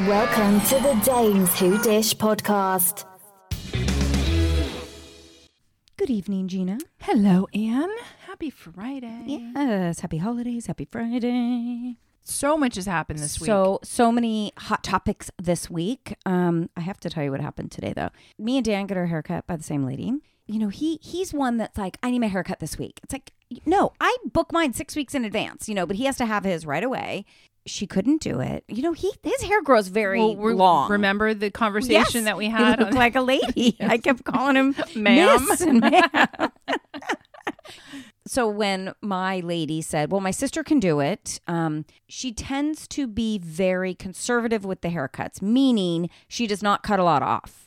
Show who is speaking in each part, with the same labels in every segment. Speaker 1: Welcome to the Dames Who Dish podcast.
Speaker 2: Good evening, Gina.
Speaker 3: Hello, Anne. Happy Friday.
Speaker 2: Yes, happy holidays, happy Friday.
Speaker 3: So much has happened this week.
Speaker 2: So, so many hot topics this week. Um, I have to tell you what happened today, though. Me and Dan got our haircut by the same lady. You know, he he's one that's like, I need my haircut this week. It's like, no, I book mine six weeks in advance. You know, but he has to have his right away. She couldn't do it. You know, he his hair grows very
Speaker 3: Well, we-
Speaker 2: long.
Speaker 3: Remember the conversation
Speaker 2: Yes,
Speaker 3: that we
Speaker 2: he
Speaker 3: had?
Speaker 2: looked
Speaker 3: on-
Speaker 2: like a lady. I kept calling him
Speaker 3: Ma'am.
Speaker 2: miss and ma'am. so when my lady said, "Well, my sister can do it," um, she tends to be very conservative with the haircuts, meaning she does not cut a lot off.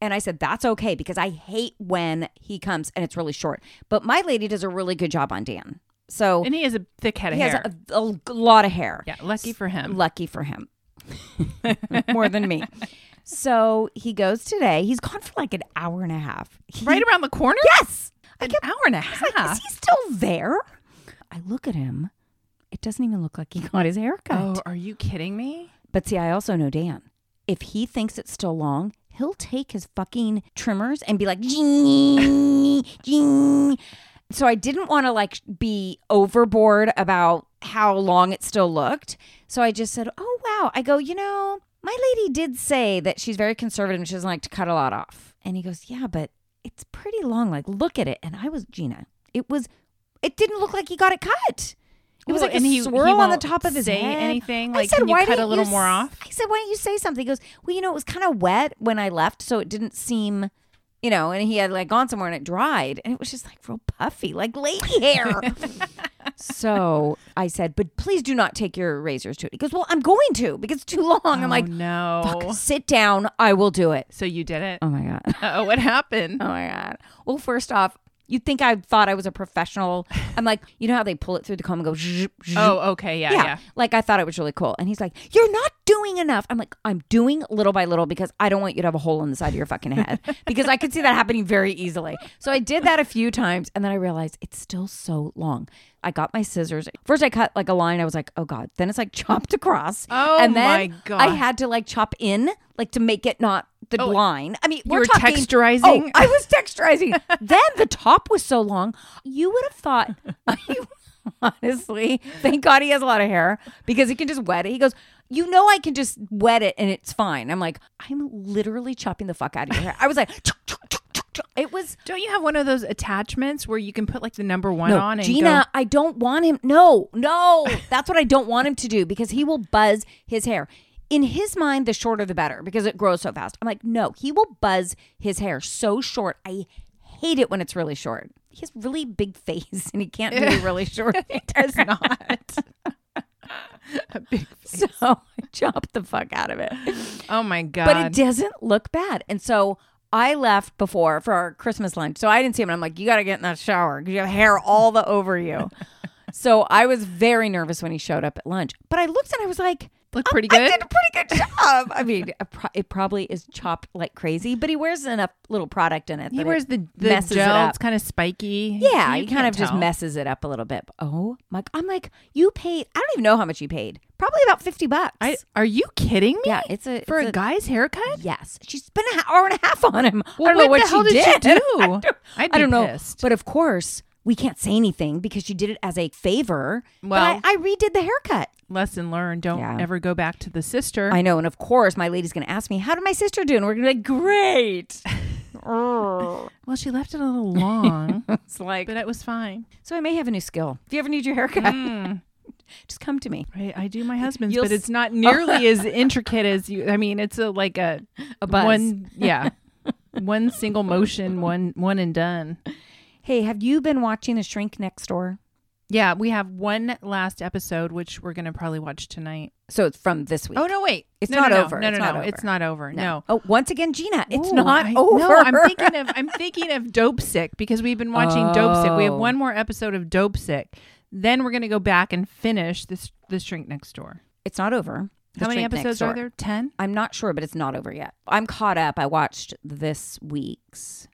Speaker 2: And I said, "That's okay because I hate when he comes and it's really short." But my lady does a really good job on Dan, so
Speaker 3: and he has a thick head of
Speaker 2: he has
Speaker 3: hair.
Speaker 2: a, a lot of hair.
Speaker 3: yeah, lucky for him.
Speaker 2: Lucky for him. More than me. So he goes today. He's gone for like an hour and a half. He-
Speaker 3: right around the corner?
Speaker 2: Yes. I
Speaker 3: An
Speaker 2: kept,
Speaker 3: hour and a
Speaker 2: I was like,
Speaker 3: half.
Speaker 2: is he still there? I look at him. It doesn't even look like he got his hair cut.
Speaker 3: oh, are you kidding me?
Speaker 2: But see, I also know Dan. If he thinks it's still long, he'll take his fucking trimmers and be like, "Jing, jing." So I didn't want to like be overboard about how long it still looked. So I just said, oh, wow. I go, you know, my lady did say that she's very conservative and she doesn't like to cut a lot off. And he goes, yeah, but it's pretty long. Like, look at it. And I was, Gina, it was, it didn't look like he got it cut. It was
Speaker 3: Well,
Speaker 2: like a
Speaker 3: and he- he
Speaker 2: swirl on the
Speaker 3: won't
Speaker 2: top of his
Speaker 3: say
Speaker 2: head.
Speaker 3: anything?
Speaker 2: I
Speaker 3: Like,
Speaker 2: said,
Speaker 3: can you
Speaker 2: "Why
Speaker 3: cut a
Speaker 2: didn't
Speaker 3: little
Speaker 2: you
Speaker 3: more
Speaker 2: s-
Speaker 3: off?"
Speaker 2: I said, why don't you say something? He goes, well, you know, it was kind of wet when I left, so it didn't seem, you know, and he had like gone somewhere and it dried, and it was just like real puffy, like lady hair. so I said, but please do not take your razors to it. He goes, well, I'm going to because it's too long. I'm like,
Speaker 3: oh, no.
Speaker 2: fuck, sit down, I will do it.
Speaker 3: So you did it?
Speaker 2: Oh my god.
Speaker 3: Oh, what happened?
Speaker 2: Oh my god. Well, first off, you'd think I thought I was a professional. I'm like, you know how they pull it through the comb and go. Zzz, zzz,
Speaker 3: Oh, okay. Yeah, yeah.
Speaker 2: Like I thought it was really cool. And he's like, You're not doing enough. I'm like, I'm doing little by little because I don't want you to have a hole in the side of your fucking head. because I could see that happening very easily. So I did that a few times and then I realized it's still so long. I got my scissors. First I cut like a line. I was like, oh God. Then it's like chopped across.
Speaker 3: Oh
Speaker 2: and then
Speaker 3: my
Speaker 2: I
Speaker 3: gosh. Oh,
Speaker 2: had to like chop in, like to make it not the line. I mean,
Speaker 3: You were
Speaker 2: talking-
Speaker 3: texturizing?
Speaker 2: Oh, I was texturizing. then the top was so long, you would have thought. honestly, thank God he has a lot of hair because he can just wet it. He goes, "You know, I can just wet it and it's fine." I'm like, I'm literally chopping the fuck out of your hair. I was like, "Chuk, chuk, chuk, chuk, chuk." it was.
Speaker 3: Don't you have one of those attachments where you can put like the number one
Speaker 2: No,
Speaker 3: on and
Speaker 2: Gina, I don't want him. No, no, that's what I don't want him to do because he will buzz his hair. In his mind, the shorter the better because it grows so fast. I'm like, no, he will buzz his hair so short. I hate it when it's really short. He has really big face and he can't do really short. hair.
Speaker 3: go? It's not. A big-
Speaker 2: So I chopped the fuck out of it.
Speaker 3: oh my god.
Speaker 2: But it doesn't look bad. And so I left before for our Christmas lunch. So I didn't see him. And I'm like, you got to get in that shower because you have hair all the over you. so I was very nervous when he showed up at lunch. But I looked and I was like, "Oh,
Speaker 3: Looked pretty
Speaker 2: I
Speaker 3: good.
Speaker 2: did a pretty good job. I mean, a pro- it probably is chopped like crazy, but he wears enough little product in it.
Speaker 3: He
Speaker 2: that
Speaker 3: wears
Speaker 2: it
Speaker 3: the, the
Speaker 2: messes it
Speaker 3: gel.
Speaker 2: up.
Speaker 3: It's kind of spiky.
Speaker 2: Yeah,
Speaker 3: You
Speaker 2: he kind
Speaker 3: can't
Speaker 2: of just
Speaker 3: tell.
Speaker 2: messes it up a little bit. Oh my! I'm like, you paid. I don't even know how much you paid. Probably about fifty bucks.
Speaker 3: I, are you kidding me?
Speaker 2: yeah, it's a
Speaker 3: for
Speaker 2: it's
Speaker 3: a, guy's haircut.
Speaker 2: Yes, she spent an hour and a half on him. I don't know
Speaker 3: what
Speaker 2: what
Speaker 3: the
Speaker 2: she
Speaker 3: hell did she
Speaker 2: did.
Speaker 3: do?
Speaker 2: I don't,
Speaker 3: I'd
Speaker 2: I
Speaker 3: be
Speaker 2: don't know.
Speaker 3: pissed.
Speaker 2: But of course, we can't say anything because she did it as a favor.
Speaker 3: Well-
Speaker 2: but I, I redid the haircut.
Speaker 3: Lesson learned: Don't
Speaker 2: Yeah.
Speaker 3: ever go back to the sister.
Speaker 2: I know, and of course, my lady's going to ask me, "How did my sister do?" And we're going to be like, "Great."
Speaker 3: well, she left it a little long,
Speaker 2: It's like
Speaker 3: but it was fine.
Speaker 2: so. I may have a new skill. If you ever need your haircut,
Speaker 3: Hmm.
Speaker 2: just come to me.
Speaker 3: I, I do my husband's,
Speaker 2: You'll
Speaker 3: but
Speaker 2: s-
Speaker 3: it's not nearly as intricate as you. I mean, it's a like a
Speaker 2: A buzz.
Speaker 3: One, yeah, one single motion, one one and done.
Speaker 2: Hey, have you been watching The Shrink Next Door?
Speaker 3: Yeah, we have one last episode, which we're gonna probably watch tonight.
Speaker 2: So it's from this week.
Speaker 3: Oh no, wait,
Speaker 2: It's
Speaker 3: No, no,
Speaker 2: not
Speaker 3: no.
Speaker 2: over.
Speaker 3: No,
Speaker 2: It's
Speaker 3: no,
Speaker 2: not
Speaker 3: no,
Speaker 2: over.
Speaker 3: it's not over. No.
Speaker 2: Oh, once again, Gina, it's
Speaker 3: Ooh,
Speaker 2: not
Speaker 3: Oh, I-
Speaker 2: over.
Speaker 3: No, I'm thinking of I'm thinking of Dope Sick because we've been watching Dope Sick. We have
Speaker 2: Oh.
Speaker 3: one more episode of Dope Sick. Then we're gonna go back and finish this the shrink next door.
Speaker 2: it's not over. The
Speaker 3: How many
Speaker 2: Shrink Next
Speaker 3: episodes are
Speaker 2: Door.
Speaker 3: there? Ten?
Speaker 2: I'm not sure, but it's not over yet. I'm caught up. I watched this week's,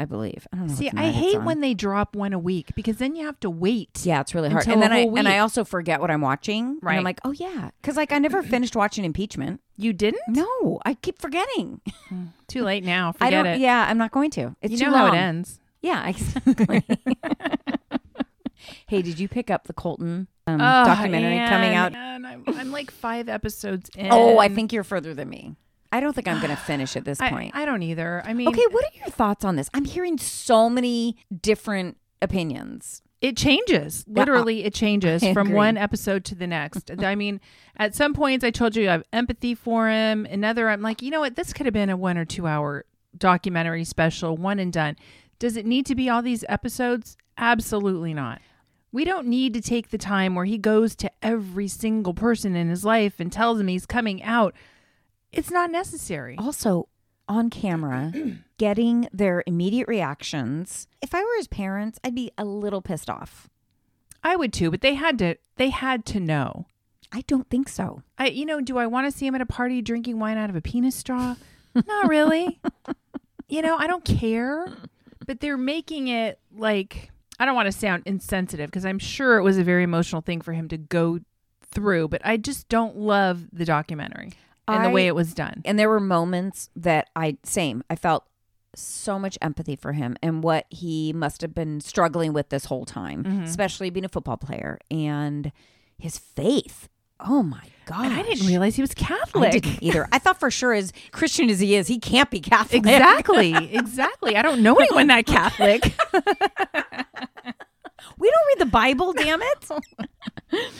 Speaker 2: I believe. I don't know.
Speaker 3: See,
Speaker 2: what
Speaker 3: I
Speaker 2: night it's
Speaker 3: hate
Speaker 2: on.
Speaker 3: when they drop one a week because then you have to wait.
Speaker 2: Yeah, it's really hard.
Speaker 3: Until
Speaker 2: and
Speaker 3: a
Speaker 2: then I
Speaker 3: whole
Speaker 2: and I
Speaker 3: week.
Speaker 2: also forget what I'm watching. And I'm
Speaker 3: Right.
Speaker 2: like, oh yeah, because like I never finished watching Impeachment.
Speaker 3: You didn't?
Speaker 2: No, I keep forgetting.
Speaker 3: Too late now. Forget
Speaker 2: I don't.
Speaker 3: it.
Speaker 2: Yeah, I'm not going to. It's
Speaker 3: you
Speaker 2: too
Speaker 3: know
Speaker 2: long.
Speaker 3: how it ends.
Speaker 2: Yeah, exactly. hey, did you pick up the Colton um,
Speaker 3: Oh,
Speaker 2: documentary coming
Speaker 3: Anne,
Speaker 2: out?
Speaker 3: Anne, I'm, I'm like five episodes in.
Speaker 2: Oh, I think you're further than me. I don't think I'm going to finish at this
Speaker 3: I,
Speaker 2: point.
Speaker 3: I don't either. I mean,
Speaker 2: okay, what are your thoughts on this? I'm hearing so many different opinions.
Speaker 3: it changes literally it changes
Speaker 2: I
Speaker 3: from
Speaker 2: agree.
Speaker 3: one episode to the next i mean at some points i told you i have empathy for him another i'm like you know what this could have been a one or two hour documentary special one and done does it need to be all these episodes absolutely not we don't need to take the time where he goes to every single person in his life and tells him he's coming out it's not necessary
Speaker 2: Oh. Also, on camera, getting their immediate reactions. If I were his parents, I'd be a little pissed off.
Speaker 3: i would too but they had to they had to know
Speaker 2: I don't think so.
Speaker 3: I, you know, do I want to see him at a party drinking wine out of a penis straw? Not really. you know, I don't care. But they're making it like I don't want to sound insensitive because I'm sure it was a very emotional thing for him to go through, but I just don't love the documentary and the
Speaker 2: I-
Speaker 3: way it was done.
Speaker 2: And there were moments that I same, I felt so much empathy for him and what he must have been struggling with this whole time,
Speaker 3: Mm-hmm.
Speaker 2: especially being a football player and his faith. Oh my god.
Speaker 3: And I didn't realize he was Catholic.
Speaker 2: I didn't either. I thought for sure as Christian as he is, he can't be Catholic.
Speaker 3: Exactly. exactly. I don't know anyone that Catholic.
Speaker 2: We don't read the Bible, damn it.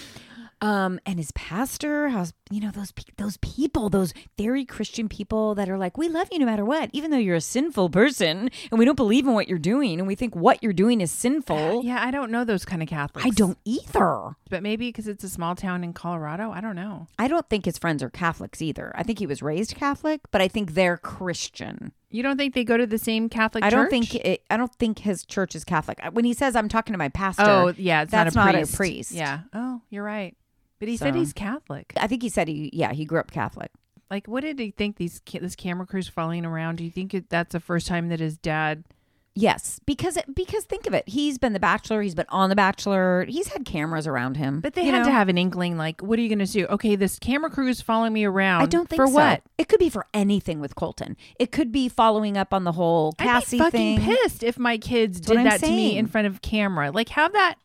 Speaker 2: um, and his pastor, how's you know those pe- those people, those very Christian people that are like, we love you no matter what, even though you're a sinful person, and we don't believe in what you're doing, and we think what you're doing is sinful.
Speaker 3: Uh, yeah, I don't know those kind of Catholics.
Speaker 2: I don't either.
Speaker 3: But maybe because it's a small town in Colorado, I don't know.
Speaker 2: I don't think his friends are Catholics either. I think he was raised Catholic, but I think they're Christian.
Speaker 3: You don't think they go to the same Catholic
Speaker 2: I don't
Speaker 3: church?
Speaker 2: think it, I don't think his church is Catholic. When he says I'm talking to my pastor,
Speaker 3: Oh, yeah, it's
Speaker 2: that's
Speaker 3: not a priest.
Speaker 2: priest.
Speaker 3: Yeah. Oh, you're right. But he said
Speaker 2: So-
Speaker 3: he's Catholic.
Speaker 2: I think he said he yeah he grew up Catholic.
Speaker 3: Like, what did he think these ca- this camera crew's following around? Do you think it, that's the first time that his dad?
Speaker 2: Yes, because it, because think of it, he's been the bachelor, he's been on the bachelor, he's had cameras around him.
Speaker 3: But they
Speaker 2: you
Speaker 3: had to
Speaker 2: know?
Speaker 3: have an inkling. Like, what are you going to do? Okay, this camera crew is following me around.
Speaker 2: I don't think
Speaker 3: for
Speaker 2: so.
Speaker 3: what?
Speaker 2: It could be for anything with Colton. It could be following up on the whole Cassie
Speaker 3: I'd be fucking
Speaker 2: thing.
Speaker 3: pissed if my kids
Speaker 2: what
Speaker 3: did
Speaker 2: I'm
Speaker 3: that to me
Speaker 2: saying.
Speaker 3: in front of camera. Like, have that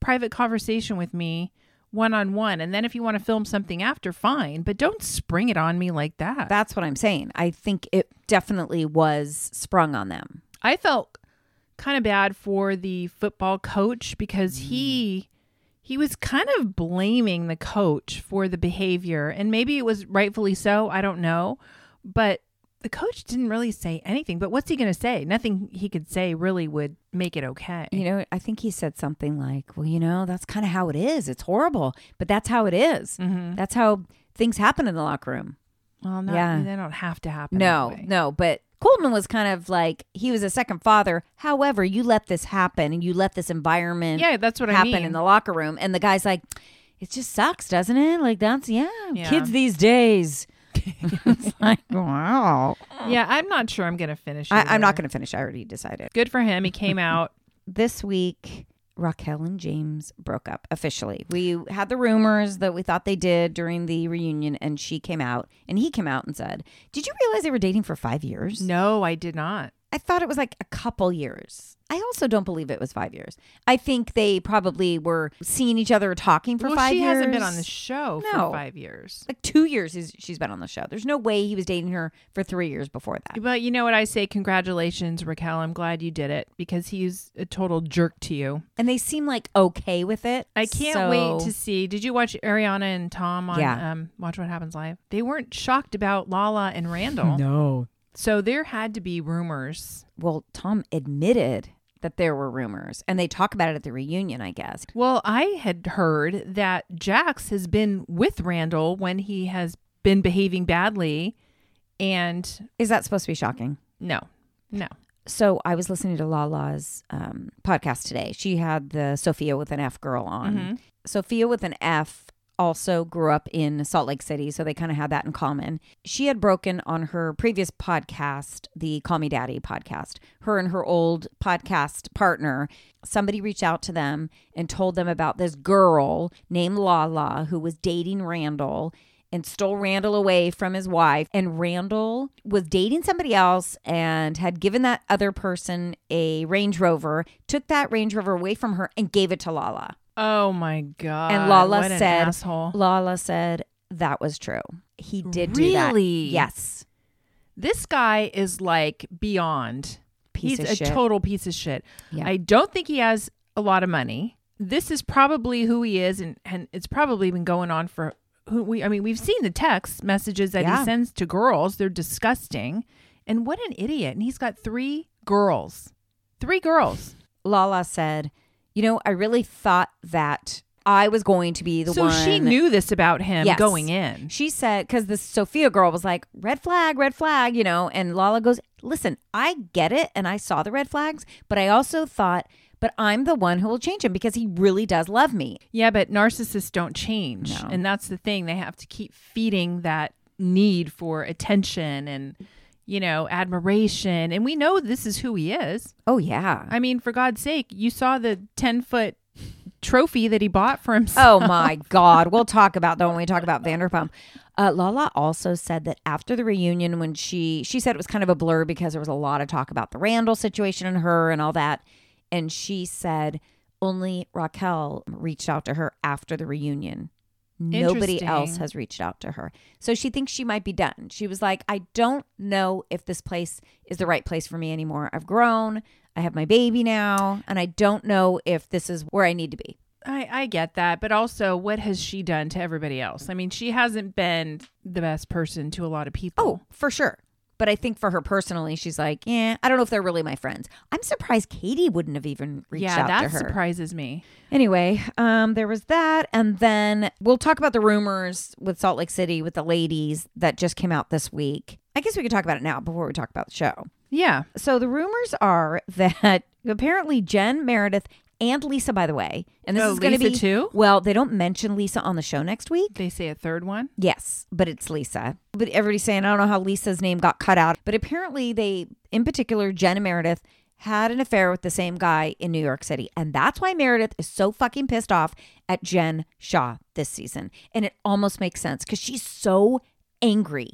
Speaker 3: private conversation with me one on one, and then if you want to film something after, fine. But don't spring it on me like that.
Speaker 2: That's what I'm saying. I think it definitely was sprung on them.
Speaker 3: I felt kind of bad for the football coach because
Speaker 2: Mm.
Speaker 3: he he was kind of blaming the coach for the behavior and maybe it was rightfully so, I don't know, but the coach didn't really say anything, but what's he going to say? Nothing he could say really would make it okay.
Speaker 2: You know, I think he said something like, "Well, you know, that's kind of how it is. It's horrible, but that's how it is.
Speaker 3: Mm-hmm.
Speaker 2: That's how things happen in the locker room."
Speaker 3: well, not,
Speaker 2: yeah.
Speaker 3: they don't have to happen.
Speaker 2: No,
Speaker 3: that way.
Speaker 2: no, but Coleman was kind of like he was a second father. However, you let this happen and you let this environment
Speaker 3: Yeah, that's what I
Speaker 2: happen
Speaker 3: mean.
Speaker 2: in the locker room. And the guy's like, it just sucks, doesn't it? Like that's yeah,
Speaker 3: Yeah.
Speaker 2: kids these days. it's like wow.
Speaker 3: Yeah, I'm not sure I'm going to finish.
Speaker 2: I, I'm not
Speaker 3: either.
Speaker 2: going to finish. I already decided.
Speaker 3: Good for him. He came out.
Speaker 2: This week, Raquel and James broke up officially. We had the rumors that we thought they did during the reunion, and she came out and he came out and said, "Did you realize they were dating for five years?"
Speaker 3: No, I did not.
Speaker 2: I thought it was like a couple years. I also don't believe it was five years. I think they probably were seeing each other, talking for
Speaker 3: well,
Speaker 2: five
Speaker 3: she
Speaker 2: years.
Speaker 3: hasn't been on the show
Speaker 2: No.
Speaker 3: for five years.
Speaker 2: Like two years is she's been on the show. There's no way he was dating her for three years before that.
Speaker 3: But you know what I say? Congratulations, Raquel. I'm glad you did it because he's a total jerk to you.
Speaker 2: And they seem like okay with it.
Speaker 3: I can't
Speaker 2: so-
Speaker 3: wait to see. Did you watch Ariana and Tom on
Speaker 2: Yeah.
Speaker 3: um, Watch What Happens Live? They weren't shocked about Lala and Randall.
Speaker 2: No.
Speaker 3: So there had to be rumors.
Speaker 2: Well, Tom admitted that there were rumors, and they talk about it at the reunion, I guess.
Speaker 3: Well, I had heard that Jax has been with Randall when he has been behaving badly. And
Speaker 2: Is that supposed to be shocking?
Speaker 3: no, no.
Speaker 2: so I was listening to Lala's um, podcast today. She had the Sophia with an F girl on. Sophia with an F also grew up in Salt Lake City, so they kind of had that in common. She had broken on her previous podcast, the Call Me Daddy podcast. Her and her old podcast partner, somebody reached out to them and told them about this girl named Lala who was dating Randall and stole Randall away from his wife. And Randall was dating somebody else and had given that other person a Range Rover, took that Range Rover away from her and gave it to Lala.
Speaker 3: Oh my god!
Speaker 2: And Lala
Speaker 3: what an
Speaker 2: said,
Speaker 3: asshole.
Speaker 2: Lala said that was true. He did do that.
Speaker 3: Really?
Speaker 2: Yes.
Speaker 3: this guy is like beyond.
Speaker 2: Piece
Speaker 3: He's
Speaker 2: of
Speaker 3: a
Speaker 2: shit.
Speaker 3: total piece of shit.
Speaker 2: Yeah.
Speaker 3: I don't think he has a lot of money. This is probably who he is, and, and it's probably been going on for who we. I mean, we've seen the text messages that
Speaker 2: Yeah.
Speaker 3: he sends to girls. They're disgusting. And what an idiot! And he's got three girls, three girls.
Speaker 2: Lala said, you know, I really thought that I was going to be the
Speaker 3: so
Speaker 2: one.
Speaker 3: she knew this about him
Speaker 2: Yes.
Speaker 3: going in.
Speaker 2: She said, because the Sophia girl was like, red flag, red flag, you know, and Lala goes, listen, I get it. And I saw the red flags, but I also thought, but I'm the one who will change him because he really does love me.
Speaker 3: Yeah, but narcissists don't change.
Speaker 2: No.
Speaker 3: And that's the thing. They have to keep feeding that need for attention and, you know, admiration. And we know this is who he is.
Speaker 2: Oh, yeah.
Speaker 3: I mean, for God's sake, you saw the 10 foot trophy that he bought for himself.
Speaker 2: Oh my God. We'll talk about that when we talk about Vanderpump. Uh, Lala also said that after the reunion, when she she said it was kind of a blur because there was a lot of talk about the Randall situation and her and all that, and she said only Raquel reached out to her after the reunion. Nobody
Speaker 3: Interesting.
Speaker 2: else has reached out to her. So she thinks she might be done. She was like, I don't know if this place is the right place for me anymore. I've grown. I have my baby now. And I don't know if this is where I need to be.
Speaker 3: I, I get that. But also, what has she done to everybody else? I mean, she hasn't been the best person to a lot of people.
Speaker 2: Oh, for sure. But I think for her personally, she's like, yeah, I don't know if they're really my friends. I'm surprised Katie wouldn't have even reached
Speaker 3: yeah,
Speaker 2: out
Speaker 3: that
Speaker 2: to her.
Speaker 3: surprises me.
Speaker 2: Anyway, um, there was that, and then we'll talk about the rumors with Salt Lake City with the ladies that just came out this week. I guess we could talk about it now before we talk about the show.
Speaker 3: Yeah.
Speaker 2: So the rumors are that apparently Jen Meredith and Lisa, by the way, and this
Speaker 3: Oh,
Speaker 2: is going to
Speaker 3: Lisa
Speaker 2: be
Speaker 3: too?
Speaker 2: Well, they don't mention Lisa on the show next week.
Speaker 3: They say a third one.
Speaker 2: Yes, but it's Lisa. But everybody's saying, I don't know how Lisa's name got cut out. But apparently, they, in particular, Jen and Meredith, had an affair with the same guy in New York City. And that's why Meredith is so fucking pissed off at Jen Shaw this season. And it almost makes sense because she's so angry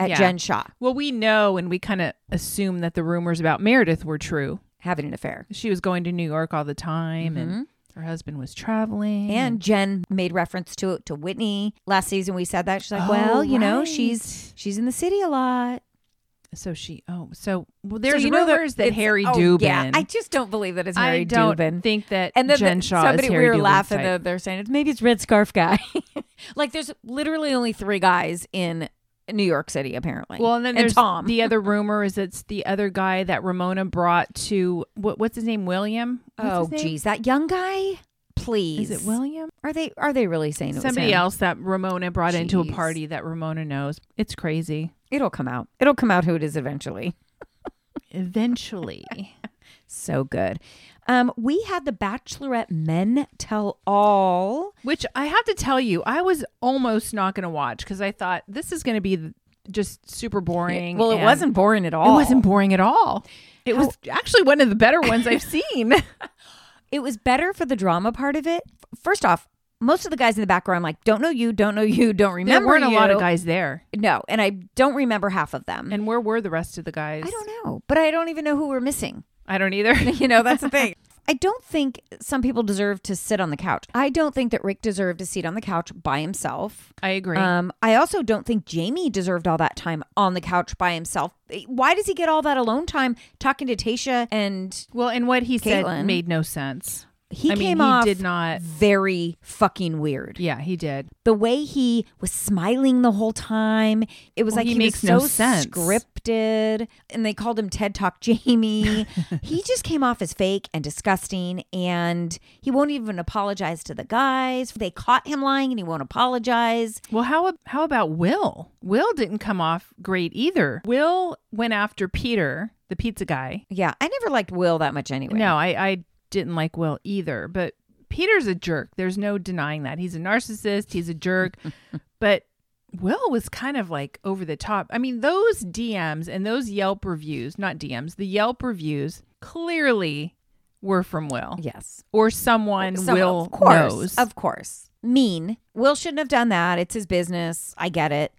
Speaker 2: at
Speaker 3: Yeah.
Speaker 2: Jen Shaw
Speaker 3: Well, we know and we kind of assume that the rumors about Meredith were true.
Speaker 2: having an affair.
Speaker 3: She was going to New York all the time and her husband was traveling.
Speaker 2: And Jen made reference to it to Whitney last season. We said that she's like, well,
Speaker 3: Oh,
Speaker 2: you know,
Speaker 3: right.
Speaker 2: she's she's in the city a lot.
Speaker 3: so she, oh, so well,
Speaker 2: So
Speaker 3: there's
Speaker 2: you know there-
Speaker 3: rumors that
Speaker 2: it's-
Speaker 3: Harry
Speaker 2: oh,
Speaker 3: Dubin.
Speaker 2: Yeah, I just don't believe that it's
Speaker 3: I
Speaker 2: Harry
Speaker 3: don't
Speaker 2: Dubin.
Speaker 3: think that
Speaker 2: and then
Speaker 3: Jen
Speaker 2: the-
Speaker 3: Shaw
Speaker 2: somebody
Speaker 3: is Harry
Speaker 2: we were
Speaker 3: Dubin's
Speaker 2: laughing
Speaker 3: type.
Speaker 2: though they're saying it's maybe it's red scarf guy like there's literally only three guys in new york city apparently
Speaker 3: Well, and then there's
Speaker 2: tom
Speaker 3: the other rumor is it's the other guy that Ramona brought to what, what's his name? William? What's
Speaker 2: oh
Speaker 3: his name?
Speaker 2: geez that young guy please
Speaker 3: Is it William?
Speaker 2: are they are they really saying it was
Speaker 3: Somebody
Speaker 2: him?
Speaker 3: else that Ramona brought into a
Speaker 2: Jeez.
Speaker 3: party that Ramona knows. It's crazy.
Speaker 2: it'll come out it'll come out who it is eventually
Speaker 3: Eventually.
Speaker 2: so good um we had the bachelorette men tell all
Speaker 3: Which I have to tell you, I was almost not going to watch because I thought this is going to be th- just super boring.
Speaker 2: well it
Speaker 3: and-
Speaker 2: wasn't boring at all
Speaker 3: It wasn't boring at all. It was actually one of the better ones I've seen.
Speaker 2: it was better for the drama part of it F- first off most of the guys in the background, I'm like, don't know you, don't know you, don't remember.
Speaker 3: there weren't a lot
Speaker 2: you."
Speaker 3: of guys there.
Speaker 2: No, and I don't remember half of them.
Speaker 3: And where were the rest of the guys?
Speaker 2: I don't know, but I don't even know who we're missing.
Speaker 3: I don't either.
Speaker 2: You know, that's the thing. I don't think some people deserve to sit on the couch. I don't think that Rick deserved a seat on the couch by himself.
Speaker 3: I agree.
Speaker 2: Um, I also don't think Jamie deserved all that time on the couch by himself. Eh, Why does he get all that alone time talking to Tasha? And
Speaker 3: well, and what he
Speaker 2: Caitlin.
Speaker 3: said made no sense.
Speaker 2: he
Speaker 3: I mean,
Speaker 2: came
Speaker 3: he
Speaker 2: off
Speaker 3: did not-
Speaker 2: very fucking weird.
Speaker 3: Yeah, he did.
Speaker 2: the way he was smiling the whole time it was
Speaker 3: Well,
Speaker 2: like
Speaker 3: he
Speaker 2: he,
Speaker 3: makes
Speaker 2: was
Speaker 3: no
Speaker 2: so
Speaker 3: sense.
Speaker 2: scripted and they called him ted talk jamie he just came off as fake and disgusting and he won't even apologize to the guys they caught him lying and he won't apologize
Speaker 3: Well, how ab- how about Will? Will didn't come off great either. Will went after Peter, the pizza guy,
Speaker 2: yeah i never liked will that much anyway
Speaker 3: No, I, I didn't like Will either. But Peter's a jerk. There's no denying that. He's a narcissist. He's a jerk. but Will was kind of like over the top. I mean, those DMs and those Yelp reviews, not DMs, the Yelp reviews clearly were from Will
Speaker 2: yes
Speaker 3: or someone
Speaker 2: So,
Speaker 3: Will
Speaker 2: of course
Speaker 3: knows.
Speaker 2: of course mean. Will shouldn't have done that. It's his business. I get it.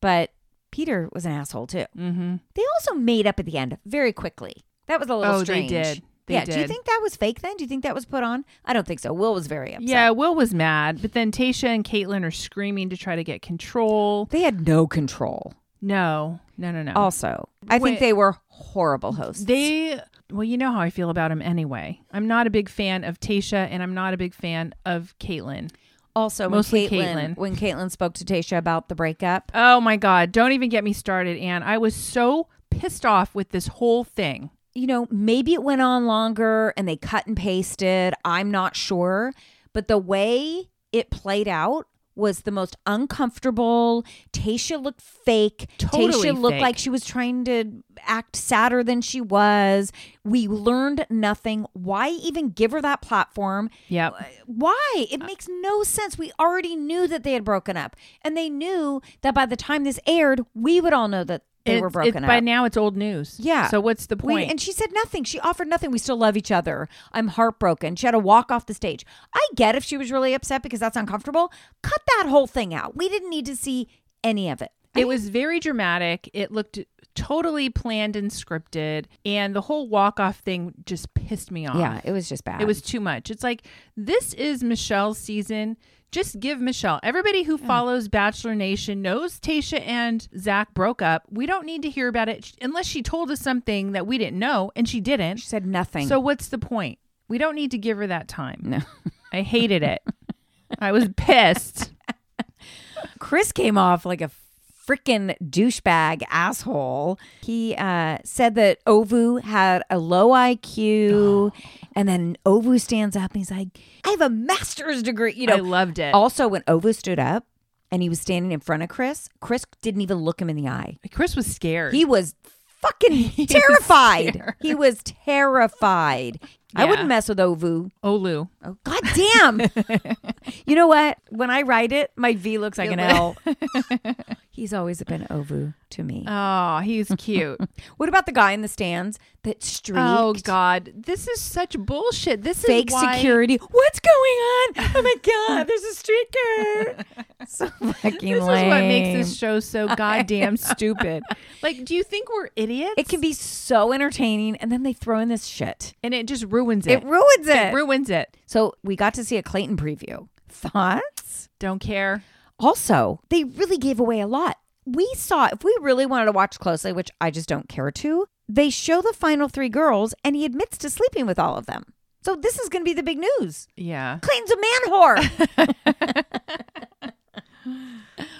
Speaker 2: But Peter was an asshole too.
Speaker 3: Mm-hmm.
Speaker 2: They also made up at the end very quickly. That was a little
Speaker 3: Oh, they
Speaker 2: strange.
Speaker 3: did. They
Speaker 2: yeah. Do you
Speaker 3: did.
Speaker 2: think that was fake then? Do you think that was put on? I don't think so. Will was very upset.
Speaker 3: Yeah, Will was mad, but then Tasha and Caitlin are screaming to try to get control.
Speaker 2: They had no control.
Speaker 3: No, no, no, no.
Speaker 2: Oh, Also, I
Speaker 3: Wait.
Speaker 2: think they were horrible hosts.
Speaker 3: They, well, you know how I feel about him anyway. I'm not a big fan of Tasha, and I'm not a big fan of Caitlin.
Speaker 2: also, when
Speaker 3: Mostly
Speaker 2: Caitlin,
Speaker 3: Caitlyn.
Speaker 2: when Caitlin spoke to Tasha about the breakup,
Speaker 3: Oh my God, don't even get me started, Anne. I was so pissed off with this whole thing.
Speaker 2: you know, maybe it went on longer and they cut and pasted. I'm not sure. But the way it played out was the most uncomfortable. Tasha looked fake.
Speaker 3: Totally
Speaker 2: Tasha looked
Speaker 3: fake.
Speaker 2: like she was trying to act sadder than she was. We learned nothing. Why even give her that platform?
Speaker 3: Yep.
Speaker 2: Why? It makes no sense. We already knew that they had broken up. And they knew that by the time this aired, we would all know that they
Speaker 3: It's-
Speaker 2: were
Speaker 3: it's-
Speaker 2: broken up.
Speaker 3: By now, it's old news.
Speaker 2: Yeah.
Speaker 3: So what's the
Speaker 2: We-
Speaker 3: point?
Speaker 2: and she said nothing. She offered nothing. We still love each other. I'm heartbroken. She had to walk off the stage. I get if she was really upset because that's uncomfortable. Cut that whole thing out. We didn't need to see any of it.
Speaker 3: It was very dramatic. It looked totally planned and scripted. And the whole walk off thing just pissed me off.
Speaker 2: Yeah, it was just bad.
Speaker 3: It was too much. It's like, this is Michelle's season. Just give Michelle. Everybody who follows Bachelor Nation knows Tasha and Zach broke up. We don't need to hear about it sh- unless she told us something that we didn't know, and she didn't.
Speaker 2: She said nothing.
Speaker 3: So, what's the point? We don't need to give her that time.
Speaker 2: No.
Speaker 3: I hated it. I was pissed.
Speaker 2: Chris came off like a freaking douchebag asshole. He uh, said that Ovu had a low IQ, and then Ovu stands up and he's like, "I have a master's degree." You know,
Speaker 3: I loved it.
Speaker 2: Also, when Ovu stood up and he was standing in front of Chris, Chris didn't even look him in the eye.
Speaker 3: Chris was scared.
Speaker 2: He was fucking terrified. he was terrified. I
Speaker 3: Yeah.
Speaker 2: wouldn't mess with Ovu.
Speaker 3: Olu.
Speaker 2: Oh, God damn. you know what? When I write it, my V looks like an L. He's always been Ovu to me.
Speaker 3: Oh, he's cute.
Speaker 2: what about the guy in the stands that streaked?
Speaker 3: oh God, this is such bullshit. This
Speaker 2: Fake
Speaker 3: is why-
Speaker 2: security. What's going on? Oh my God, there's a streaker. so fucking
Speaker 3: This
Speaker 2: lame.
Speaker 3: is what makes this show so goddamn stupid. Like, do you think we're idiots?
Speaker 2: It can be so entertaining, and then they throw in this shit.
Speaker 3: and it just ruins
Speaker 2: It
Speaker 3: it.
Speaker 2: ruins it.
Speaker 3: It ruins it.
Speaker 2: so we got to see a Clayton preview. Thoughts?
Speaker 3: Don't care.
Speaker 2: Also, they really gave away a lot. We saw, if we really wanted to watch closely, which I just don't care to, they show the final three girls, and he admits to sleeping with all of them. So this is going to be the big news.
Speaker 3: Yeah.
Speaker 2: Clayton's a man whore.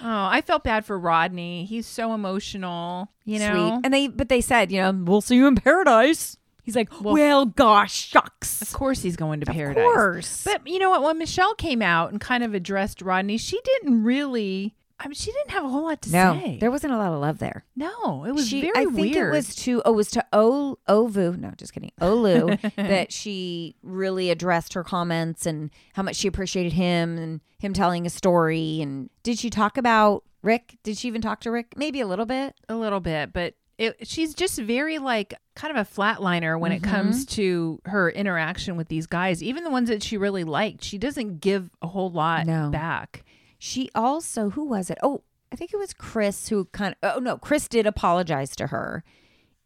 Speaker 3: Oh, I felt bad for Rodney. He's so emotional. You know.
Speaker 2: Sweet. And they, but they said, you know, we'll see you in paradise. He's like, well, gosh,
Speaker 3: Of
Speaker 2: shucks.
Speaker 3: course, he's going to
Speaker 2: Of
Speaker 3: paradise.
Speaker 2: course.
Speaker 3: But you know what? When Michelle came out and kind of addressed Rodney, she didn't really. I mean, she didn't have a whole lot to
Speaker 2: no,
Speaker 3: say.
Speaker 2: there wasn't a lot of love there.
Speaker 3: no, it was
Speaker 2: she,
Speaker 3: very
Speaker 2: I think
Speaker 3: weird.
Speaker 2: it was to oh, it was to o, Ovu. No, just kidding. Olu that she really addressed her comments and how much she appreciated him and him telling a story. And did she talk about Rick? Did she even talk to Rick? Maybe a little bit.
Speaker 3: a little bit, but it, she's just very like kind of a flatliner when
Speaker 2: Mm-hmm.
Speaker 3: it comes to her interaction with these guys, even the ones that she really liked. She doesn't give a whole lot
Speaker 2: No.
Speaker 3: back.
Speaker 2: She also who was it? Oh, I think it was Chris who kind of. Oh no, Chris did apologize to her,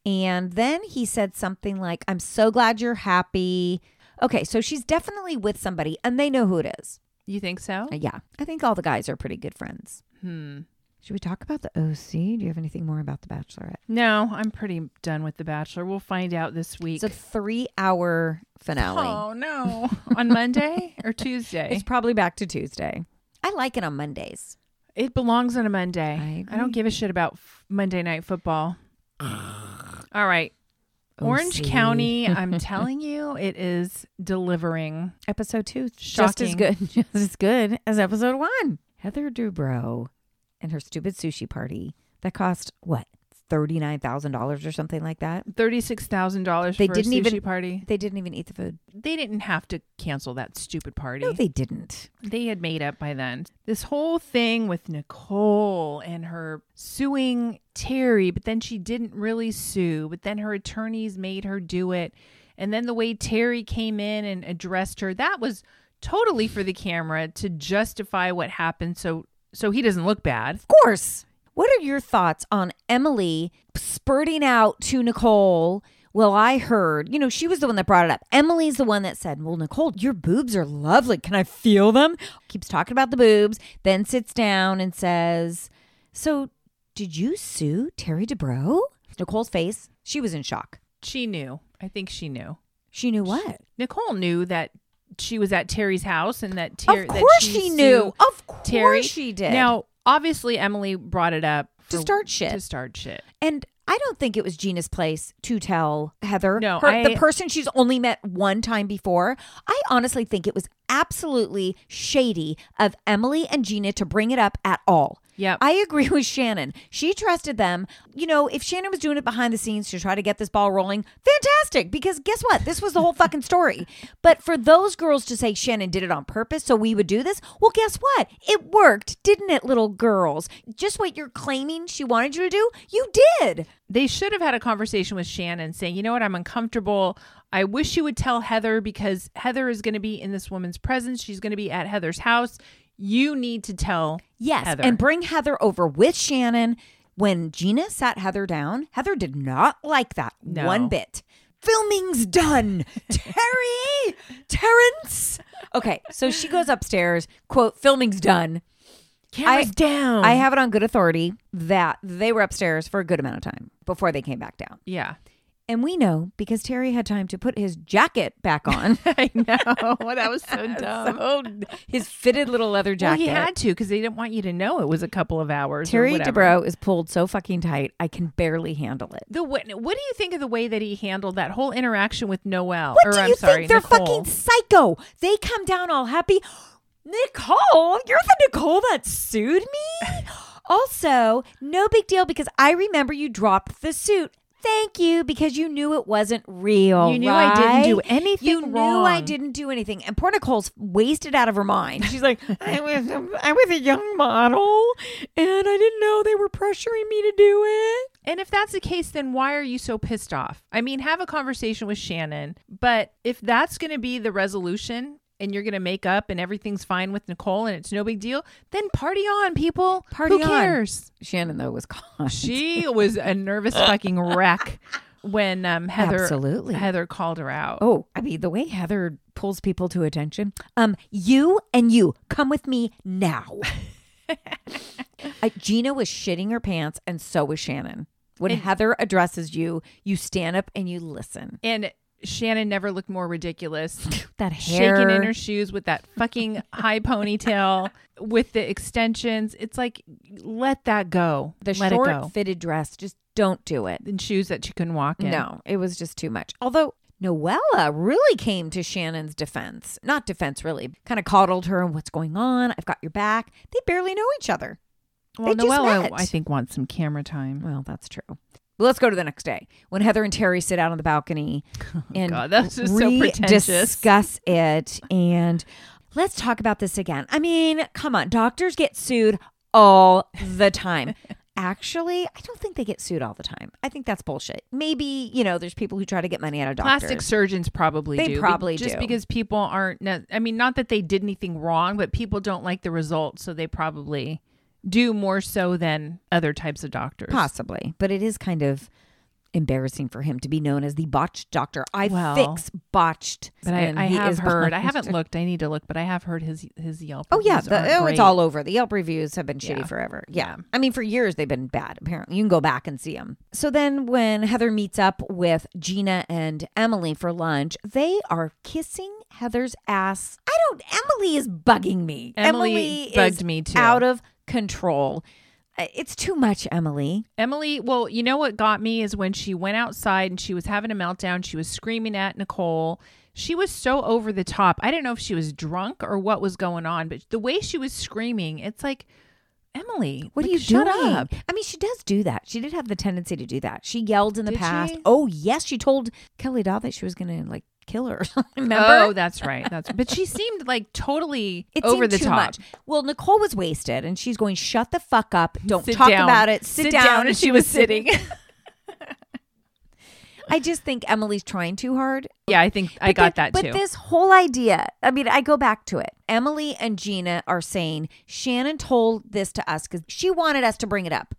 Speaker 2: and then he said something like, "I'm so glad you're happy." Okay, so she's definitely with somebody, and they know who it is.
Speaker 3: You think so?
Speaker 2: Uh, Yeah, I think all the guys are pretty good friends.
Speaker 3: Hmm.
Speaker 2: Should we talk about the OC? Do you have anything more about The Bachelorette?
Speaker 3: No, I'm pretty done with The Bachelor. We'll find out this week.
Speaker 2: It's a three hour finale.
Speaker 3: oh no, on Monday or Tuesday.
Speaker 2: It's probably back to Tuesday. I like it on Mondays.
Speaker 3: It belongs on a Monday.
Speaker 2: I
Speaker 3: don't give a shit about f- Monday night football. All right.
Speaker 2: Oh,
Speaker 3: Orange
Speaker 2: OC.
Speaker 3: County, I'm telling you, it is delivering.
Speaker 2: Episode two, just as
Speaker 3: Shocking.
Speaker 2: good, just as good as episode one. Heather Dubrow and her stupid sushi party that cost what thirty nine thousand dollars or something like that.
Speaker 3: thirty-six thousand dollars.
Speaker 2: They
Speaker 3: for
Speaker 2: didn't
Speaker 3: a sushi
Speaker 2: even-
Speaker 3: party.
Speaker 2: They didn't even eat the food.
Speaker 3: They didn't have to cancel that stupid party.
Speaker 2: No,
Speaker 3: they-,
Speaker 2: they didn't.
Speaker 3: had made up by then. This whole thing with Nicole and her suing Terry, but then she didn't really sue. But then her attorneys made her do it, and then the way Terry came in and addressed her, that was totally for the camera to justify what happened so so he doesn't look bad.
Speaker 2: Of course. What are your thoughts on Emily spurting out to Nicole? Well, I heard, you know, she was the one that brought it up. Emily's the one that said, Well, Nicole, your boobs are lovely. Can I feel them? Keeps talking about the boobs, then sits down and says, So, did you sue Terry DeBro? Nicole's face, she was in shock.
Speaker 3: She knew. I think she knew.
Speaker 2: She knew what?
Speaker 3: Nicole knew that she was at Terry's house and that Terry
Speaker 2: of course
Speaker 3: that
Speaker 2: she, knew.
Speaker 3: sued
Speaker 2: Of course
Speaker 3: Terry
Speaker 2: she did.
Speaker 3: Now, obviously Emily brought it up
Speaker 2: To
Speaker 3: for-
Speaker 2: start shit.
Speaker 3: To start shit.
Speaker 2: And I don't think it was Gina's place to tell Heather,
Speaker 3: No,
Speaker 2: her- the
Speaker 3: I-
Speaker 2: person she's only met one time before. I honestly think it was absolutely shady of Emily and Gina to bring it up at all.
Speaker 3: Yep.
Speaker 2: I agree with Shannon. She trusted them. You know, if Shannon was doing it behind the scenes to try to get this ball rolling, fantastic. Because guess what? This was the whole fucking story. But for those girls to say Shannon did it on purpose so we would do this, well, guess what? It worked, didn't it, little girls? Just what you're claiming she wanted you to do, you did.
Speaker 3: They should have had a conversation with Shannon saying, "You know what? I'm uncomfortable. I wish you would tell Heather because Heather is going to be in this woman's presence. She's going to be at Heather's house. You need to tell
Speaker 2: Yes,
Speaker 3: Heather.
Speaker 2: and bring Heather over with Shannon. When Gina sat Heather down, Heather did not like that
Speaker 3: No.
Speaker 2: one bit. Filming's done. Terry, Terrence. Okay, so she goes upstairs, quote, filming's done.
Speaker 3: Cameras
Speaker 2: I-
Speaker 3: down.
Speaker 2: I have it on good authority that they were upstairs for a good amount of time before they came back down.
Speaker 3: yeah.
Speaker 2: And we know because Terry had time to put his jacket back on, Oh,
Speaker 3: I know. That was so dumb.
Speaker 2: his fitted little leather
Speaker 3: well,
Speaker 2: jacket.
Speaker 3: he had to because they didn't want you to know it was a couple of hours. or
Speaker 2: Terry
Speaker 3: whatever.
Speaker 2: DeBro is pulled so fucking tight, I can barely handle it.
Speaker 3: The what, what do you think of the way that he handled that whole interaction with Noel?
Speaker 2: What
Speaker 3: or
Speaker 2: do
Speaker 3: I'm
Speaker 2: you
Speaker 3: sorry,
Speaker 2: think? They're
Speaker 3: Nicole.
Speaker 2: fucking psycho. They come down all happy. Nicole, you're the Nicole that sued me? also, no big deal because I remember you dropped the suit. Thank you because you knew it wasn't real.
Speaker 3: You knew I didn't
Speaker 2: right?
Speaker 3: do anything
Speaker 2: You knew I
Speaker 3: wrong.
Speaker 2: didn't do anything. And poor Nicole's wasted out of her mind. She's like, I was, a, I was a young model and I didn't know they were pressuring me to do it.
Speaker 3: And if that's the case, then why are you so pissed off? I mean, have a conversation with Shannon. But if that's going to be the resolution and you're going to make up and everything's fine with Nicole and it's no big deal, then party on, people.
Speaker 2: Party
Speaker 3: Who
Speaker 2: on.
Speaker 3: cares?
Speaker 2: Shannon, though, was gone.
Speaker 3: She was a nervous fucking wreck when um, Heather
Speaker 2: Absolutely.
Speaker 3: Heather called her out.
Speaker 2: Oh, I mean, the way Heather pulls people to attention. Um, you and you come with me now. I, Gina was shitting her pants, and so was Shannon. When Heather addresses you, you stand up and you listen.
Speaker 3: And Shannon never looked more ridiculous.
Speaker 2: That hair,
Speaker 3: Shaking in her shoes with that fucking high ponytail with the extensions. It's like, let that go.
Speaker 2: the
Speaker 3: let it go.
Speaker 2: short fitted dress, just don't do it.
Speaker 3: And shoes that she couldn't walk in.
Speaker 2: No, it was just too much. Although Noella really came to Shannon's defense. Not defense, really. Kind of coddled her and what's going on? I've got your back. They barely know each other.
Speaker 3: Well,
Speaker 2: They just
Speaker 3: Noella,
Speaker 2: met.
Speaker 3: I think, wants some camera time.
Speaker 2: Well, that's true. But let's go to the next day when Heather and Terry sit out on the balcony and
Speaker 3: God, that's just so pretentious.
Speaker 2: discuss it. And let's talk about this again. I mean, come on, doctors get sued all the time. Actually, I don't think they get sued all the time. I think that's bullshit. Maybe you know, there's people who try to get money out of doctors.
Speaker 3: Plastic surgeons probably
Speaker 2: They
Speaker 3: do. be-
Speaker 2: probably
Speaker 3: just
Speaker 2: do.
Speaker 3: because people aren't. ne- I mean, not that they did anything wrong, but people don't like the results, so they probably do more so than other types of doctors.
Speaker 2: Possibly, but it is kind of embarrassing for him to be known as the botched doctor. I
Speaker 3: Well,
Speaker 2: fix botched,
Speaker 3: But I,
Speaker 2: and
Speaker 3: I
Speaker 2: he
Speaker 3: have
Speaker 2: is
Speaker 3: heard. I
Speaker 2: botched.
Speaker 3: haven't looked. I need to look, but I have heard his his Yelp.
Speaker 2: Oh yeah,
Speaker 3: reviews
Speaker 2: the-
Speaker 3: aren't
Speaker 2: oh, it's
Speaker 3: great.
Speaker 2: all over. The Yelp reviews have been shitty
Speaker 3: Yeah.
Speaker 2: forever. Yeah. I mean for years they've been bad. Apparently, you can go back and see them. So then, when Heather meets up with Gina and Emily for lunch, they are kissing Heather's ass. I don't. Emily is bugging me.
Speaker 3: Emily bugged
Speaker 2: is
Speaker 3: me, too.
Speaker 2: Out of control. Uh, It's too much, Emily.
Speaker 3: Emily, well, you know what got me is when she went outside and she was having a meltdown. She was screaming at Nicole. She was so over the top. I don't know if she was drunk or what was going on, but the way she was screaming, it's like, Emily,
Speaker 2: What
Speaker 3: like,
Speaker 2: are you
Speaker 3: shut
Speaker 2: doing?
Speaker 3: Up.
Speaker 2: I mean, she does do that. She did have the tendency to do that. She yelled in the
Speaker 3: Did
Speaker 2: past.
Speaker 3: she?
Speaker 2: Oh yes, she told Kelly Doll that she was going to like kill her. Remember?
Speaker 3: Oh, that's right. That's but she seemed like totally
Speaker 2: It
Speaker 3: over
Speaker 2: seemed
Speaker 3: the
Speaker 2: too
Speaker 3: top.
Speaker 2: much. Well, Nicole was wasted, and she's going, "Shut the fuck up! Don't
Speaker 3: Sit
Speaker 2: talk
Speaker 3: down.
Speaker 2: about it. Sit, down."
Speaker 3: And she was sitting.
Speaker 2: I just think Emily's trying too hard.
Speaker 3: yeah, I think I got that
Speaker 2: but
Speaker 3: too.
Speaker 2: But this whole idea, I mean, I go back to it. Emily and Gina are saying Shannon told this to us because she wanted us to bring it up.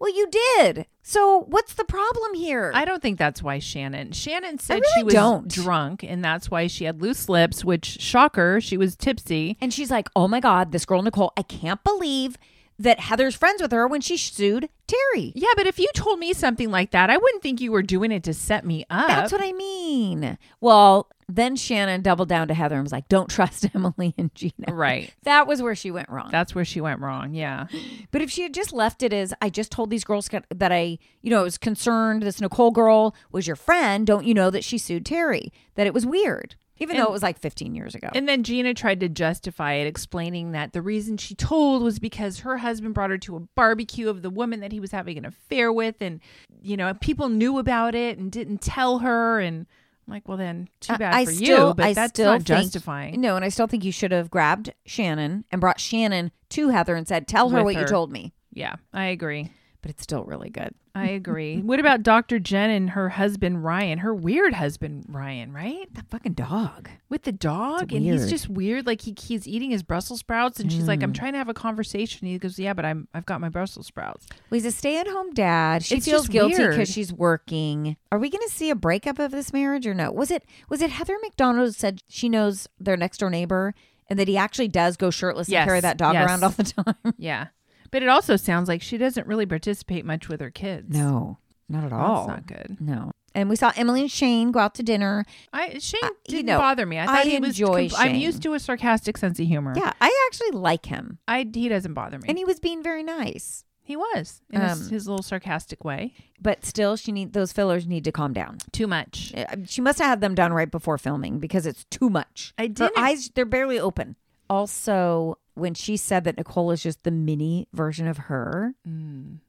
Speaker 2: Well, you did. So what's the problem here?
Speaker 3: I don't think that's why Shannon. Shannon said she
Speaker 2: really
Speaker 3: was
Speaker 2: don't.
Speaker 3: drunk, and that's why she had loose lips. Which shocker, she was tipsy.
Speaker 2: and she's like, oh my God, this girl, Nicole, I can't believe that Heather's friends with her when she sued Terry.
Speaker 3: Yeah, but if you told me something like that, I wouldn't think you were doing it to set me up.
Speaker 2: That's what I mean. Well, then Shannon doubled down to Heather and was like, don't trust Emily and Gina.
Speaker 3: right.
Speaker 2: That was where she went wrong.
Speaker 3: That's where she went wrong. Yeah.
Speaker 2: But if she had just left it as, I just told these girls co- that I, you know, was concerned this Nicole girl was your friend, don't you know that she sued Terry? That it was weird, even though it was like 15 years ago.
Speaker 3: And then Gina tried to justify it, explaining that the reason she told was because her husband brought her to a barbecue of the woman that he was having an affair with. And, you know, people knew about it and didn't tell her. And I'm like, well, then too bad for you, but that's not
Speaker 2: think-
Speaker 3: justifying.
Speaker 2: No, and I still think you should have grabbed Shannon and brought Shannon to Heather and said, tell her
Speaker 3: With
Speaker 2: what
Speaker 3: her.
Speaker 2: you told me.
Speaker 3: Yeah, I agree.
Speaker 2: But it's still really good.
Speaker 3: I agree. what about Dr. Jen and her husband, Ryan, her weird husband, Ryan, right?
Speaker 2: That fucking dog.
Speaker 3: with the dog and he's just weird like he, he's eating his brussels sprouts and she's
Speaker 2: Hmm.
Speaker 3: like i'm trying to have a conversation he goes yeah but i'm i've got my brussels sprouts
Speaker 2: Well, he's a stay-at-home dad. She
Speaker 3: It's
Speaker 2: feels
Speaker 3: just
Speaker 2: guilty
Speaker 3: weird.
Speaker 2: because she's working. Are we going to see a breakup of this marriage or no? Was it was it Heather McDonald said she knows their next door neighbor and that he actually does go shirtless
Speaker 3: Yes,
Speaker 2: and carry that dog
Speaker 3: yes.
Speaker 2: around all the time?
Speaker 3: yeah but it also sounds like she doesn't really participate much with her kids
Speaker 2: No, not at
Speaker 3: that's
Speaker 2: all.
Speaker 3: not good
Speaker 2: No. And we saw Emily and Shane go out to dinner.
Speaker 3: i shane
Speaker 2: I- you
Speaker 3: didn't
Speaker 2: know,
Speaker 3: bother me i thought
Speaker 2: I
Speaker 3: he was
Speaker 2: enjoy
Speaker 3: i'm
Speaker 2: Shane.
Speaker 3: used to a sarcastic sense of humor
Speaker 2: Yeah, I actually like him,
Speaker 3: i he doesn't bother me
Speaker 2: and he was being very nice.
Speaker 3: he was in his,
Speaker 2: Um,
Speaker 3: his little sarcastic way
Speaker 2: But still, she need those fillers need to calm down.
Speaker 3: too much
Speaker 2: Uh, She must have had them done right before filming because it's too much.
Speaker 3: I
Speaker 2: Her
Speaker 3: didn't-
Speaker 2: eyes, they're barely open. Also, when she said that Nicole is just the mini version of her,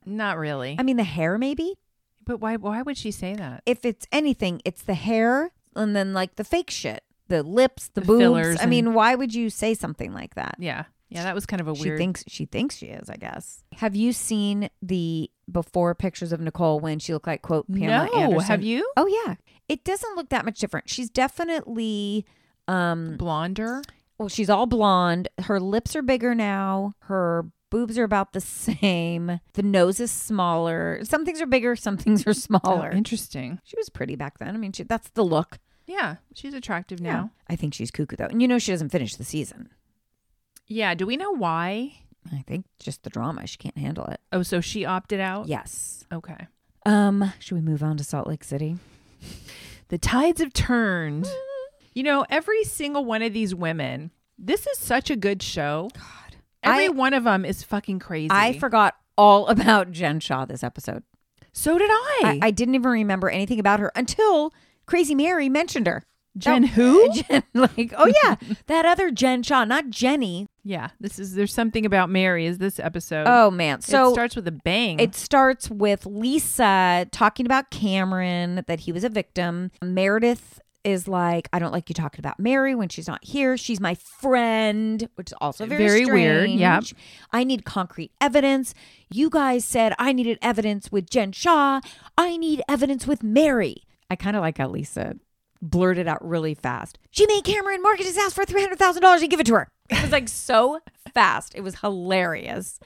Speaker 3: not really
Speaker 2: I mean, the hair maybe?
Speaker 3: but why why would she say that
Speaker 2: If it's anything, it's the hair and then like the fake shit, the lips, the,
Speaker 3: The
Speaker 2: boobs.
Speaker 3: fillers
Speaker 2: I mean, why would you say something like that?
Speaker 3: yeah yeah that was kind of a
Speaker 2: She
Speaker 3: weird
Speaker 2: thinks she thinks she is, I guess. Have you seen the before pictures of Nicole when she looked like quote Pamela
Speaker 3: no
Speaker 2: Anderson?
Speaker 3: have you
Speaker 2: Oh yeah. It doesn't look that much different. She's definitely um
Speaker 3: blonder
Speaker 2: well, she's all blonde. Her lips are bigger now. Her boobs are about the same. The nose is smaller. Some things are bigger, some things are
Speaker 3: Oh,
Speaker 2: smaller.
Speaker 3: interesting
Speaker 2: she was pretty back then. I mean, she, that's the look.
Speaker 3: Yeah, she's attractive
Speaker 2: Yeah.
Speaker 3: now.
Speaker 2: I think she's cuckoo though. And you know she doesn't finish the season.
Speaker 3: Yeah. do we know why?
Speaker 2: I think just the drama, she can't handle it.
Speaker 3: Oh, so she opted out?
Speaker 2: Yes.
Speaker 3: Okay.
Speaker 2: Um, should we move on to Salt Lake City?
Speaker 3: The tides have turned. you know, every single one of these women, this is such a good show. God. Every
Speaker 2: I-
Speaker 3: one of them is fucking crazy.
Speaker 2: I forgot all about Jen Shaw this episode.
Speaker 3: So did I.
Speaker 2: I, I didn't even remember anything about her until Crazy Mary mentioned her.
Speaker 3: Jen
Speaker 2: That-
Speaker 3: who?
Speaker 2: Jen, like, oh yeah, that other Jen Shaw, not Jenny.
Speaker 3: yeah. This is there's something about Mary is this episode.
Speaker 2: Oh man, so
Speaker 3: it starts with a bang.
Speaker 2: It starts with Lisa talking about Cameron, that he was a victim. Meredith is like, I don't like you talking about Mary when she's not here. She's my friend, which is also very,
Speaker 3: Very weird,
Speaker 2: strange.
Speaker 3: yep.
Speaker 2: I need concrete evidence. You guys said I needed evidence with Jen Shaw. I need evidence with Mary. I kind of like how Lisa blurted out really fast. She made Cameron market his house for $300,000 and give it to her. It was like so fast. It was hilarious.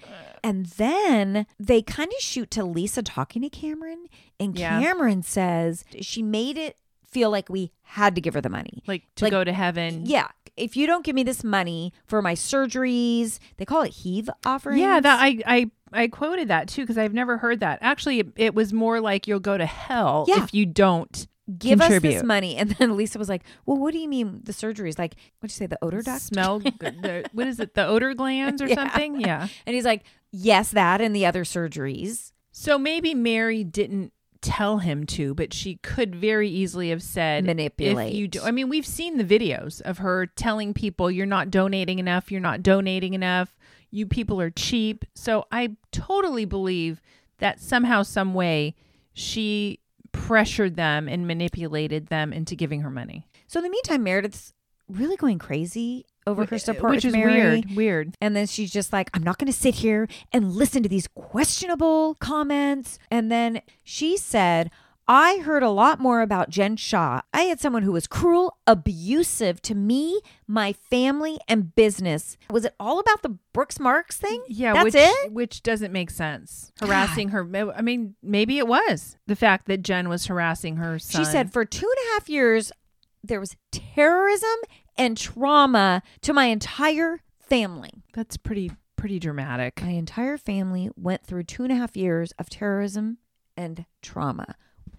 Speaker 2: And then they kind of shoot to Lisa talking to Cameron, and
Speaker 3: Yeah.
Speaker 2: Cameron says she made it feel like we had to give her the money.
Speaker 3: like to
Speaker 2: like-
Speaker 3: go to heaven.
Speaker 2: Yeah, if you don't give me this money for my surgeries, they call it heave offerings.
Speaker 3: Yeah, that I I I quoted that too because I've never heard that. Actually, it, it was more like you'll go to hell
Speaker 2: Yeah.
Speaker 3: if you don't
Speaker 2: give
Speaker 3: contribute.
Speaker 2: us this money. And then Lisa was like, "Well, what do you mean the surgeries? Like, what'd you say, the odor duct?"
Speaker 3: smell g- the, what is it the odor glands or
Speaker 2: Yeah.
Speaker 3: something yeah
Speaker 2: And he's like, "Yes, that and the other surgeries."
Speaker 3: so maybe mary didn't tell him to but she could very easily have said
Speaker 2: Manipulate.
Speaker 3: if you do i mean we've seen the videos of her telling people you're not donating enough you're not donating enough you people are cheap so i totally believe that somehow some way she pressured them and manipulated them into giving her money
Speaker 2: So in the meantime, Meredith's really going crazy over her support,
Speaker 3: which
Speaker 2: with
Speaker 3: is
Speaker 2: Mary.
Speaker 3: weird weird
Speaker 2: And then she's just like, I'm not going to sit here and listen to these questionable comments. And then she said, I heard a lot more about Jen Shaw. I had someone who was cruel, abusive to me, my family, and business. Was it all about the Brooks Marks thing?
Speaker 3: Yeah,
Speaker 2: that's
Speaker 3: which
Speaker 2: it.
Speaker 3: which doesn't make sense. Harassing her. I mean, maybe it was the fact that Jen was harassing her son.
Speaker 2: She said, for two and a half years, there was terrorism and trauma to my entire family.
Speaker 3: "That's pretty pretty dramatic."
Speaker 2: My entire family went through two and a half years of terrorism and trauma.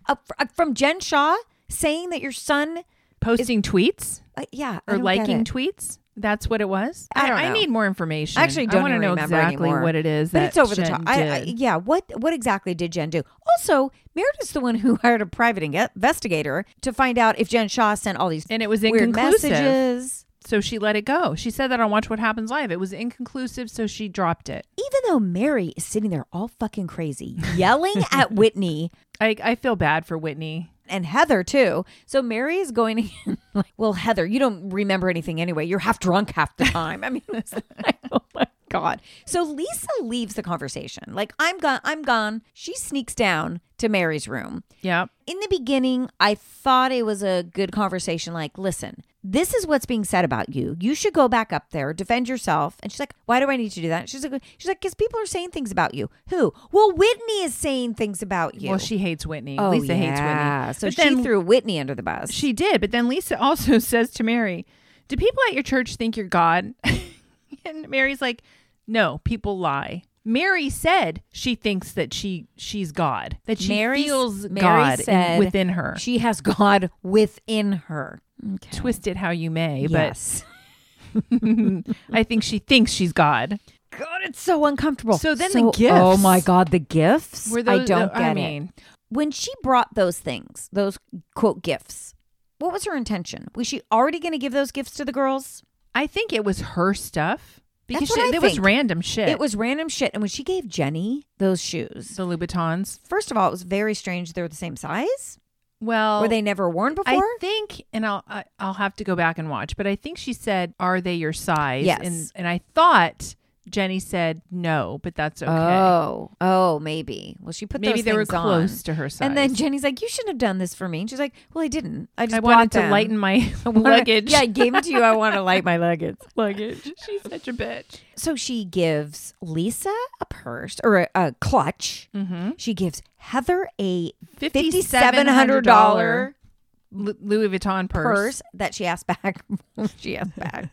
Speaker 2: Up fr- up from Jen Shaw saying that your son,
Speaker 3: Posting tweets
Speaker 2: uh, yeah, I don't
Speaker 3: or
Speaker 2: get
Speaker 3: liking
Speaker 2: it.
Speaker 3: tweets. That's what it was.
Speaker 2: I don't know.
Speaker 3: need more information.
Speaker 2: I actually
Speaker 3: I
Speaker 2: don't
Speaker 3: want to
Speaker 2: even
Speaker 3: know
Speaker 2: remember
Speaker 3: exactly
Speaker 2: anymore.
Speaker 3: what it is.
Speaker 2: But
Speaker 3: that
Speaker 2: it's over the
Speaker 3: Jen
Speaker 2: top. I, I,
Speaker 3: did.
Speaker 2: yeah. What what exactly did Jen do? Also, Meredith's the one who hired a private inge- investigator to find out if Jen Shaw sent all these
Speaker 3: and it was
Speaker 2: weird
Speaker 3: inconclusive.
Speaker 2: messages.
Speaker 3: So she let it go. She said that on Watch What Happens Live. It was inconclusive, so she dropped it.
Speaker 2: Even though Mary is sitting there all fucking crazy, yelling at Whitney
Speaker 3: I, I feel bad for Whitney.
Speaker 2: and Heather too. So Mary is going like, well, Heather, you don't remember anything anyway. You're half drunk half the time. I mean, it's like, oh my god. So Lisa leaves the conversation. Like I'm gone. I'm gone. She sneaks down to Mary's room.
Speaker 3: Yep.
Speaker 2: In the beginning, I thought it was a good conversation. Like, listen, this is what's being said about you. You should go back up there, defend yourself. And she's like, why do I need to do that? She's like, she's like, because people are saying things about you. Who? Well, Whitney is saying things about you. Oh,
Speaker 3: Well, she hates Whitney. Lisa hates Whitney.
Speaker 2: So
Speaker 3: but
Speaker 2: she
Speaker 3: then
Speaker 2: threw Whitney under the bus.
Speaker 3: She did, but then Lisa also says to Mary, "Do people at your church think you're God?" and Mary's like, "No, people lie." Mary said she thinks that she she's God, that she feels
Speaker 2: Mary
Speaker 3: God in-
Speaker 2: said
Speaker 3: within her.
Speaker 2: She has God within her.
Speaker 3: Twist it how you may,
Speaker 2: Yes.
Speaker 3: but I think she thinks she's God.
Speaker 2: God, it's so uncomfortable.
Speaker 3: So then the gifts.
Speaker 2: Oh my God, the gifts. I don't get
Speaker 3: I
Speaker 2: it.
Speaker 3: mean,
Speaker 2: when she brought those things, those quote gifts, what was her intention? Was she already going to give those gifts to the girls?
Speaker 3: I think it was her stuff because
Speaker 2: That's what
Speaker 3: she-
Speaker 2: I
Speaker 3: it was
Speaker 2: think.
Speaker 3: random shit.
Speaker 2: It was random shit. And when she gave Jenny those shoes,
Speaker 3: the Louboutins.
Speaker 2: first of all, it was very strange they were the same size.
Speaker 3: Well,
Speaker 2: Were they never worn before?
Speaker 3: Oh. I think, and I'll I, I'll have to go back and watch, but I think she said, "Are they your size?"
Speaker 2: Yes.
Speaker 3: and and I thought Jenny said no, but that's okay.
Speaker 2: Oh, oh, maybe. Well, she put
Speaker 3: Maybe
Speaker 2: those
Speaker 3: they were
Speaker 2: things on.
Speaker 3: close to her size.
Speaker 2: And then Jenny's like, "You shouldn't have done this for me." And she's like, "Well, I didn't. I just
Speaker 3: I wanted
Speaker 2: bought
Speaker 3: to
Speaker 2: them.
Speaker 3: lighten my
Speaker 2: Wanna-
Speaker 3: luggage.
Speaker 2: Yeah, I gave them to you. I want to light my luggage."
Speaker 3: luggage. She's such a bitch.
Speaker 2: So she gives Lisa a purse or a, a clutch.
Speaker 3: Mm-hmm.
Speaker 2: She gives Heather a
Speaker 3: Fifty seven
Speaker 2: $5,700
Speaker 3: hundred dollar Louis Vuitton purse.
Speaker 2: purse that she asked back. she asked back.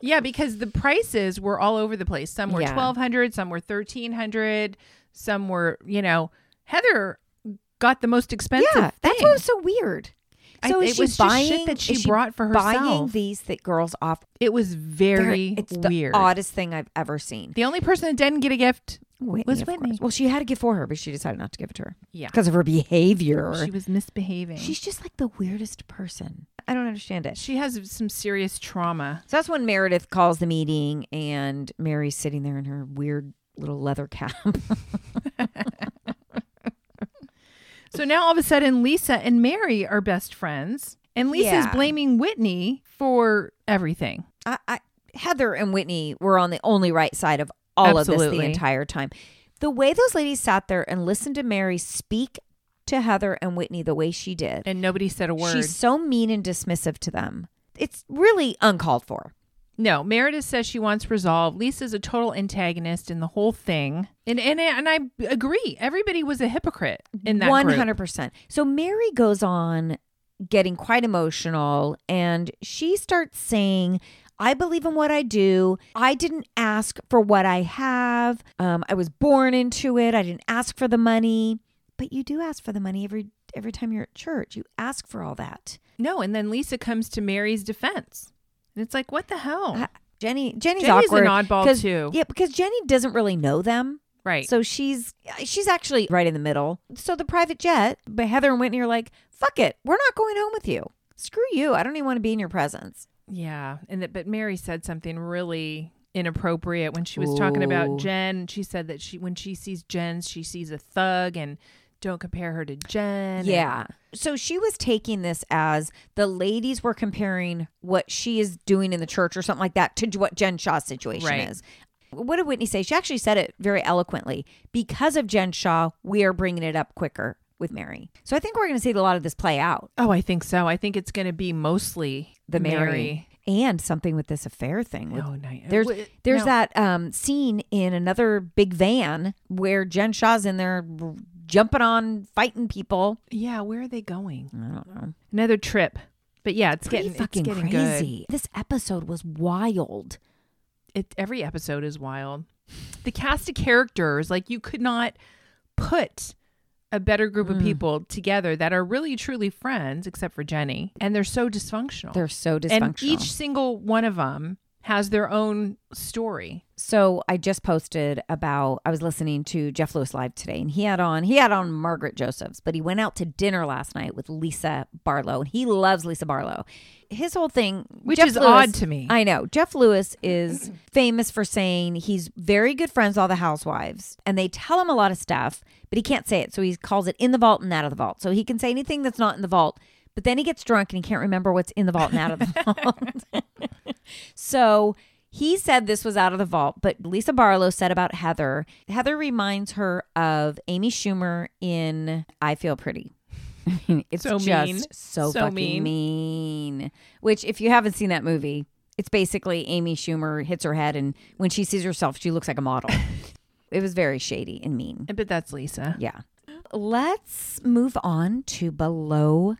Speaker 3: Yeah, because the prices were all over the place. Some were
Speaker 2: Yeah.
Speaker 3: twelve hundred, some were thirteen hundred, some were you know Heather. Got the most expensive.
Speaker 2: yeah, that's
Speaker 3: thing.
Speaker 2: what was so weird.
Speaker 3: I-
Speaker 2: So
Speaker 3: it
Speaker 2: is she
Speaker 3: was just
Speaker 2: buying
Speaker 3: shit that she
Speaker 2: is
Speaker 3: brought for
Speaker 2: Buying
Speaker 3: herself.
Speaker 2: these that girls off.
Speaker 3: It was
Speaker 2: They're-
Speaker 3: very
Speaker 2: it's
Speaker 3: weird.
Speaker 2: the oddest thing I've ever seen.
Speaker 3: The only person that didn't get a gift,
Speaker 2: Whitney,
Speaker 3: was
Speaker 2: of course.
Speaker 3: Whitney.
Speaker 2: Well, she had a gift for her, but she decided not to give it to her
Speaker 3: yeah,
Speaker 2: because of her behavior.
Speaker 3: she was misbehaving.
Speaker 2: She's just like the weirdest person. I don't understand it.
Speaker 3: she has some serious trauma.
Speaker 2: So that's when Meredith calls the meeting, and Mary's sitting there in her weird little leather cap.
Speaker 3: So now all of a sudden, Lisa and Mary are best friends, and Lisa's
Speaker 2: Yeah.
Speaker 3: blaming Whitney for everything.
Speaker 2: I, I Heather and Whitney were on the only right side of all of this
Speaker 3: Absolutely.
Speaker 2: the entire time. The way those ladies sat there and listened to Mary speak to Heather and Whitney the way she did,
Speaker 3: And nobody said a word.
Speaker 2: she's so mean and dismissive to them. It's really uncalled for.
Speaker 3: no, Meredith says she wants resolve. Lisa's a total antagonist in the whole thing. And and, and I agree. Everybody was a hypocrite in that
Speaker 2: One
Speaker 3: group.
Speaker 2: hundred percent. So Mary goes on getting quite emotional, and she starts saying. I believe in what I do. I didn't ask for what I have. Um, I was born into it. I didn't ask for the money, but you do ask for the money every every time you're at church. You ask for all that.
Speaker 3: No, and then Lisa comes to Mary's defense. And it's like, what the hell?
Speaker 2: Uh, Jenny, Jenny's,
Speaker 3: Oh. Jenny's
Speaker 2: awkward
Speaker 3: an oddball,
Speaker 2: 'cause-
Speaker 3: too.
Speaker 2: Yeah, because Jenny doesn't really know them.
Speaker 3: right.
Speaker 2: So she's uh, she's actually right in the middle. So the private jet, but Heather and Whitney are like, "Fuck it, we're not going home with you. Screw you. I don't even want to be in your presence."
Speaker 3: Yeah, and that, but Mary said something really inappropriate when she was talking
Speaker 2: Ooh.
Speaker 3: about Jen. She said that she when she sees Jen, she sees a thug, and don't compare her to Jen.
Speaker 2: Yeah. So she was taking this as the ladies were comparing what she is doing in the church or something like that to what Jen Shaw's situation
Speaker 3: Right.
Speaker 2: is. What did Whitney say? She actually said it very eloquently. Because of Jen Shaw, we are bringing it up quicker. with Mary. So I think we're going to see a lot of this play out.
Speaker 3: Oh, I think so. I think it's going to be mostly
Speaker 2: The Mary, and something with this affair thing with
Speaker 3: Oh, nice.
Speaker 2: There's
Speaker 3: Wait,
Speaker 2: there's
Speaker 3: no.
Speaker 2: that um, scene in another big van where Jen Shaw's in there r- jumping on fighting people.
Speaker 3: Yeah, where are they going?
Speaker 2: I don't know.
Speaker 3: Another trip. But yeah, it's
Speaker 2: Pretty
Speaker 3: getting
Speaker 2: fucking
Speaker 3: it's getting
Speaker 2: crazy. This episode was wild.
Speaker 3: Good. It, every episode is wild. The cast of characters, like you could not put a better group of people together that are really truly friends, except for Jenny, and they're so dysfunctional.
Speaker 2: They're so dysfunctional.
Speaker 3: and each single one of them has their own story.
Speaker 2: So I just posted about I was listening to Jeff Lewis live today and he had on he had on Margaret Josephs, but he went out to dinner last night with Lisa Barlow and he loves Lisa Barlow. His whole thing
Speaker 3: Which
Speaker 2: Jeff
Speaker 3: is
Speaker 2: Lewis-
Speaker 3: odd to me.
Speaker 2: I know. Jeff Lewis is famous for saying he's very good friends with all the housewives and they tell him a lot of stuff, but he can't say it. So he calls it in the vault and out of the vault. So he can say anything that's not in the vault, but then he gets drunk and he can't remember what's in the vault and out of the vault. So he said this was out of the vault, but Lisa Barlow said about Heather. Heather reminds her of Amy Schumer in I Feel Pretty. it's
Speaker 3: So
Speaker 2: just
Speaker 3: mean.
Speaker 2: so,
Speaker 3: So
Speaker 2: fucking
Speaker 3: mean.
Speaker 2: mean. Which, if you haven't seen that movie, it's basically Amy Schumer hits her head, and when she sees herself, she looks like a model. it was very shady and mean.
Speaker 3: I bet that's Lisa.
Speaker 2: Yeah. Let's move on to below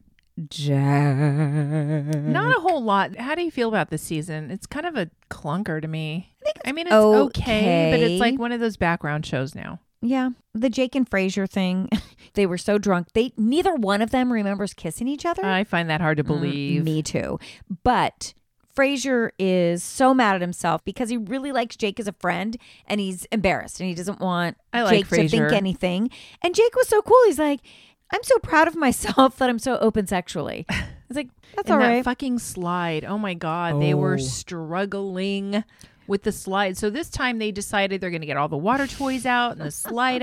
Speaker 2: Jack.
Speaker 3: Not a whole lot. How do you feel about this season? It's kind of a clunker to me. I, think mean, it's okay, but
Speaker 2: okay.
Speaker 3: it's like one of those background shows now.
Speaker 2: Yeah, the Jake and Frazier thing. they were so drunk. They neither one of them remembers kissing each other.
Speaker 3: I find that hard to believe.
Speaker 2: Me too. But Frazier is so mad at himself because he really likes Jake as a friend and he's embarrassed and he doesn't want
Speaker 3: I like
Speaker 2: Jake to think
Speaker 3: Frazier.
Speaker 2: anything. And Jake was so cool. He's like, I'm so proud of myself that I'm so open sexually. It's like, that's
Speaker 3: and
Speaker 2: all
Speaker 3: that
Speaker 2: right.
Speaker 3: fucking slide. Oh my god, they were struggling with the slide. So this time they decided they're going to get all the water toys out and the slide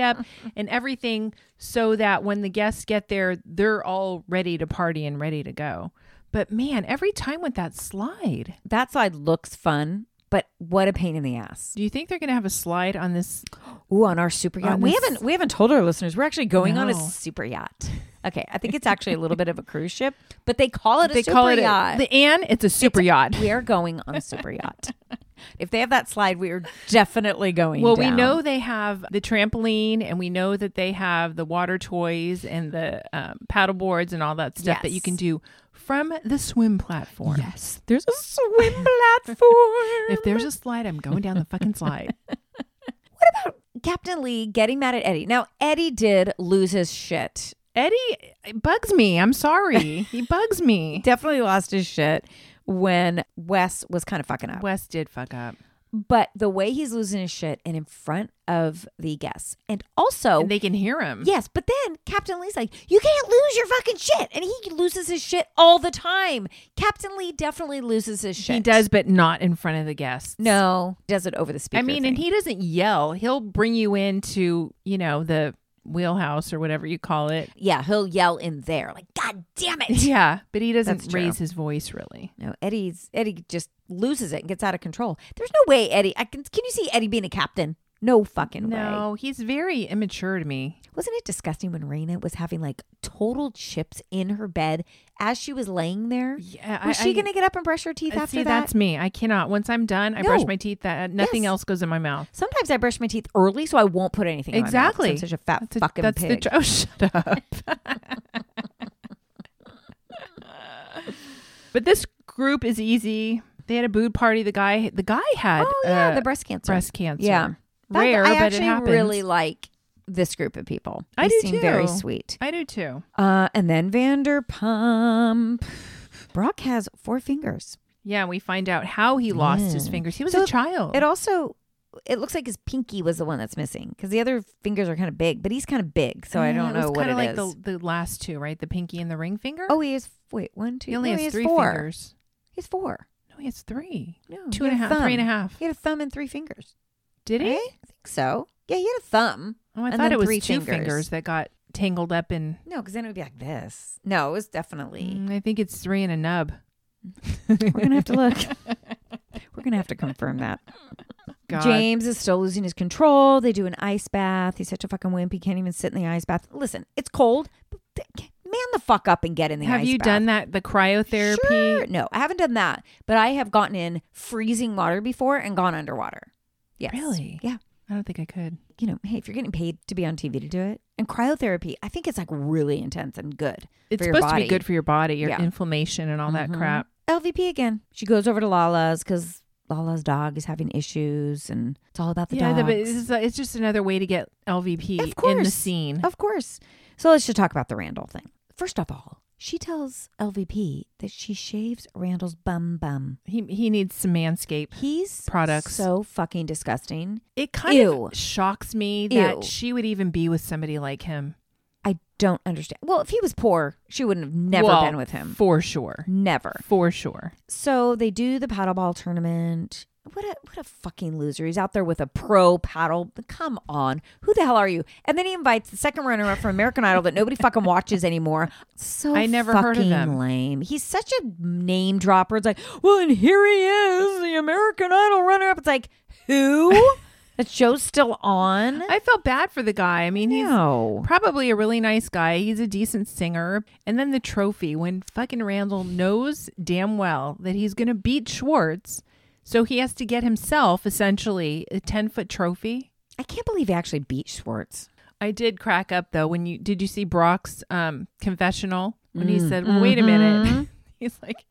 Speaker 3: up and everything so that when the guests get there, they're all ready to party and ready to go. But man, every time with that slide.
Speaker 2: that slide looks fun, but what a pain in the ass.
Speaker 3: Do you think they're going to have a slide on this?
Speaker 2: Ooh, on our super yacht.
Speaker 3: On
Speaker 2: We
Speaker 3: this-
Speaker 2: haven't we haven't told our listeners we're actually going on a
Speaker 3: No.
Speaker 2: super yacht. Okay, I think it's actually a little bit of a cruise ship, but they call it a
Speaker 3: They
Speaker 2: super
Speaker 3: call it
Speaker 2: yacht.
Speaker 3: A, the Anne. It's a super yacht.
Speaker 2: we are going on a super yacht. If they have that slide, we are definitely going.
Speaker 3: Well, we
Speaker 2: down.
Speaker 3: know they have the trampoline, and we know that they have the water toys and the um, paddle boards and all that stuff that you
Speaker 2: Yes.
Speaker 3: can do from the swim platform. Yes.
Speaker 2: there's a swim platform.
Speaker 3: If there's a slide, I'm going down the fucking slide.
Speaker 2: Captain Lee getting mad at Eddie. Now Eddie did lose his shit.
Speaker 3: Eddie it bugs me. I'm sorry. He bugs me.
Speaker 2: Definitely lost his shit when Wes was kind of fucking up.
Speaker 3: Wes did fuck up.
Speaker 2: Oh. But the way he's losing his shit and in front of the guests, and also
Speaker 3: And they can hear him.
Speaker 2: Yes, but then Captain Lee's like, you can't lose your fucking shit. And he loses his shit all the time. Captain Lee definitely loses his shit.
Speaker 3: He does, but not in front of the guests.
Speaker 2: No, does it over the speaker.
Speaker 3: I mean, and
Speaker 2: thing.
Speaker 3: he doesn't yell. He'll bring you into, you know, the wheelhouse or whatever you call it.
Speaker 2: Yeah, he'll yell in there, like, God damn it.
Speaker 3: Yeah, but he doesn't
Speaker 2: That's true.
Speaker 3: raise his voice really.
Speaker 2: No, Eddie's Eddie just loses it and gets out of control. There's no way Eddie I can can you see Eddie being a captain? No fucking way.
Speaker 3: No, he's very immature to me.
Speaker 2: Wasn't it disgusting when Raina was having like total chips in her bed as she was laying there?
Speaker 3: Yeah,
Speaker 2: Was
Speaker 3: I-
Speaker 2: she
Speaker 3: I-
Speaker 2: gonna get up and brush her teeth
Speaker 3: Uh,
Speaker 2: after
Speaker 3: See,
Speaker 2: that?
Speaker 3: that's me. I cannot. Once I'm done, I brush
Speaker 2: No.
Speaker 3: my teeth. That uh, nothing
Speaker 2: Yes.
Speaker 3: else goes in my mouth.
Speaker 2: Sometimes I brush my teeth early, so I won't put anything. in my mouth, 'cause
Speaker 3: Exactly.
Speaker 2: I'm such a fat
Speaker 3: That's a-
Speaker 2: fucking
Speaker 3: that's
Speaker 2: pig.
Speaker 3: The, oh, shut up. but this group is easy. They had a booed party. The guy, the guy had
Speaker 2: oh yeah,
Speaker 3: uh,
Speaker 2: the breast cancer.
Speaker 3: breast cancer.
Speaker 2: Yeah, That-
Speaker 3: rare,
Speaker 2: I
Speaker 3: but it
Speaker 2: actually
Speaker 3: happens.
Speaker 2: really like this group of people. they
Speaker 3: I do
Speaker 2: seem Very
Speaker 3: too.
Speaker 2: sweet.
Speaker 3: I do too.
Speaker 2: Uh, and then Vanderpump. Brock has four fingers.
Speaker 3: Yeah, we find out how he lost his
Speaker 2: Mm.
Speaker 3: fingers. He was
Speaker 2: So
Speaker 3: a child.
Speaker 2: It also. It looks like his pinky was the one that's missing because the other fingers are kind of big, but he's kind of big, so I
Speaker 3: Yeah,
Speaker 2: don't
Speaker 3: it was
Speaker 2: know what
Speaker 3: kinda
Speaker 2: it
Speaker 3: like
Speaker 2: is.
Speaker 3: The, the last two, right? The pinky and the ring finger.
Speaker 2: Oh, he has wait one, two.
Speaker 3: he only
Speaker 2: no,
Speaker 3: has three
Speaker 2: four.
Speaker 3: fingers.
Speaker 2: He has four.
Speaker 3: No, he has three.
Speaker 2: No,
Speaker 3: Two
Speaker 2: he
Speaker 3: and a
Speaker 2: had
Speaker 3: half, three and a
Speaker 2: thumb.
Speaker 3: half.
Speaker 2: He had a thumb and three fingers.
Speaker 3: Did he?
Speaker 2: Right? I think so. Yeah, he had a thumb.
Speaker 3: Oh, I
Speaker 2: Eh? And
Speaker 3: thought
Speaker 2: then
Speaker 3: it was
Speaker 2: three
Speaker 3: two
Speaker 2: fingers.
Speaker 3: fingers. that got tangled up in.
Speaker 2: No, because then it would be like this. No, it was definitely.
Speaker 3: Mm, I think it's three and a nub. Mm,
Speaker 2: We're gonna have to look. We're gonna have to confirm that.
Speaker 3: God.
Speaker 2: James is still losing his control. They do an ice bath. He's such a fucking wimp. He can't even sit in the ice bath. Listen, it's cold, but th- man the fuck up and get in the
Speaker 3: Have
Speaker 2: ice
Speaker 3: you
Speaker 2: bath.
Speaker 3: done that? The cryotherapy?
Speaker 2: Sure. No, I haven't done that, but I have gotten in freezing water before and gone underwater. Yes.
Speaker 3: Really?
Speaker 2: Yeah.
Speaker 3: I don't think I could.
Speaker 2: You know, hey, if you're getting paid to be on TV to do it, and cryotherapy, I think it's like really intense and good.
Speaker 3: It's
Speaker 2: for your
Speaker 3: supposed to
Speaker 2: body.
Speaker 3: be good for your body, your
Speaker 2: Yeah. Mm-hmm.
Speaker 3: inflammation, and all that crap.
Speaker 2: LVP again. She goes over to Lala's because Lala's dog is having issues, and it's all about the
Speaker 3: Yeah,
Speaker 2: dogs.
Speaker 3: the, but it's, just- it's just another way to get LVP
Speaker 2: Of
Speaker 3: in the
Speaker 2: course. Oh.
Speaker 3: scene.
Speaker 2: Of course. So let's just talk about the Randall thing. First of all, she tells LVP that she shaves Randall's bum bum.
Speaker 3: He he needs some manscape.
Speaker 2: He's
Speaker 3: Products.
Speaker 2: so fucking disgusting.
Speaker 3: It kind
Speaker 2: Ew.
Speaker 3: of shocks me that
Speaker 2: Ew.
Speaker 3: she would even be with somebody like him.
Speaker 2: I don't understand. Well, if he was poor, she wouldn't have never
Speaker 3: Well,
Speaker 2: been with him.
Speaker 3: for sure,
Speaker 2: Never.
Speaker 3: for sure.
Speaker 2: So they do the paddleball tournament. What a what a fucking loser. He's out there with a pro paddle. Come on. Who the hell are you? And then he invites the second runner up from American Idol that nobody fucking watches anymore. So
Speaker 3: I never
Speaker 2: fucking
Speaker 3: heard of him.
Speaker 2: lame. He's such a name dropper. It's like, well, and here he is, the American Idol runner up. It's like, who? that show's still on?
Speaker 3: I felt bad for the guy. I mean, he's
Speaker 2: no.
Speaker 3: probably a really nice guy. He's a decent singer. And then the trophy when fucking Randall knows damn well that he's going to beat Schwartz. So he has to get himself essentially a 10 foot trophy.
Speaker 2: I can't believe he actually beat Schwartz.
Speaker 3: I did crack up though when you did you see Brock's um, confessional when he
Speaker 2: Mm,
Speaker 3: said, "Wait a
Speaker 2: mm-hmm.
Speaker 3: minute," he's like,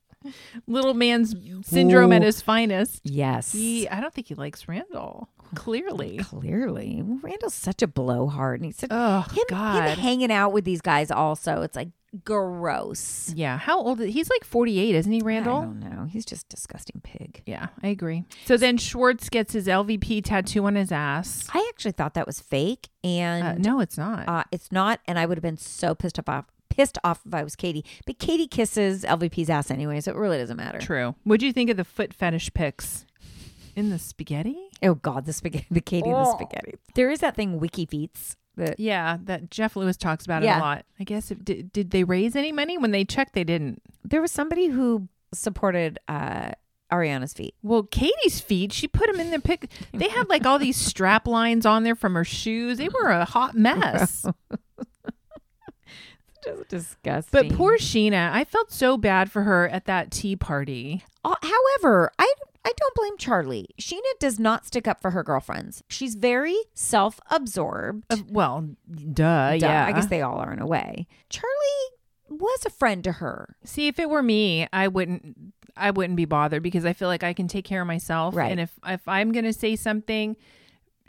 Speaker 3: "Little man's syndrome at
Speaker 2: Ooh.
Speaker 3: his finest."
Speaker 2: Yes.
Speaker 3: He, I don't think he likes Randall.
Speaker 2: Oh
Speaker 3: Clearly,
Speaker 2: Clearly. Randall's such a blowhard and he's such
Speaker 3: oh
Speaker 2: him,
Speaker 3: god,
Speaker 2: him hanging out with these guys also it's like gross
Speaker 3: yeah. How old? Is, he's like forty-eight, isn't he,
Speaker 2: i
Speaker 3: Randall?
Speaker 2: don't know he's just a disgusting pig
Speaker 3: Yeah, I agree. So then Schwartz gets his LVP tattoo on his ass.
Speaker 2: i actually thought that was fake
Speaker 3: Uh,
Speaker 2: and
Speaker 3: no, it's not.
Speaker 2: uh, it's not and i would have been so pissed off pissed off if i was katie but katie kisses lvp's ass anyway so it really doesn't matter
Speaker 3: True. What'd you think of the foot fetish pics in the spaghetti?
Speaker 2: oh god the spaghetti the katie
Speaker 3: Oh.
Speaker 2: and the spaghetti there is that thing wiki feats that
Speaker 3: Yeah, that Jeff Lewis talks about it
Speaker 2: Yeah.
Speaker 3: a lot. I guess if, did, did they raise any money when they checked? They didn't.
Speaker 2: there was somebody who supported uh ariana's feet
Speaker 3: Well, Katie's feet, she put them in the pic. They had like all these strap lines on there from her shoes. They were a hot mess.
Speaker 2: just disgusting
Speaker 3: But poor Sheena, I felt so bad for her at that tea party.
Speaker 2: Uh, However, I I don't blame Charlie. Sheena does not stick up for her girlfriends. She's very self-absorbed.
Speaker 3: Uh, well,
Speaker 2: Duh,
Speaker 3: duh, yeah.
Speaker 2: I guess they all are in a way. Charlie was a friend to her.
Speaker 3: See, if it were me, I wouldn't. I wouldn't be bothered because I feel like I can take care of myself.
Speaker 2: Right.
Speaker 3: And if if I'm gonna say something,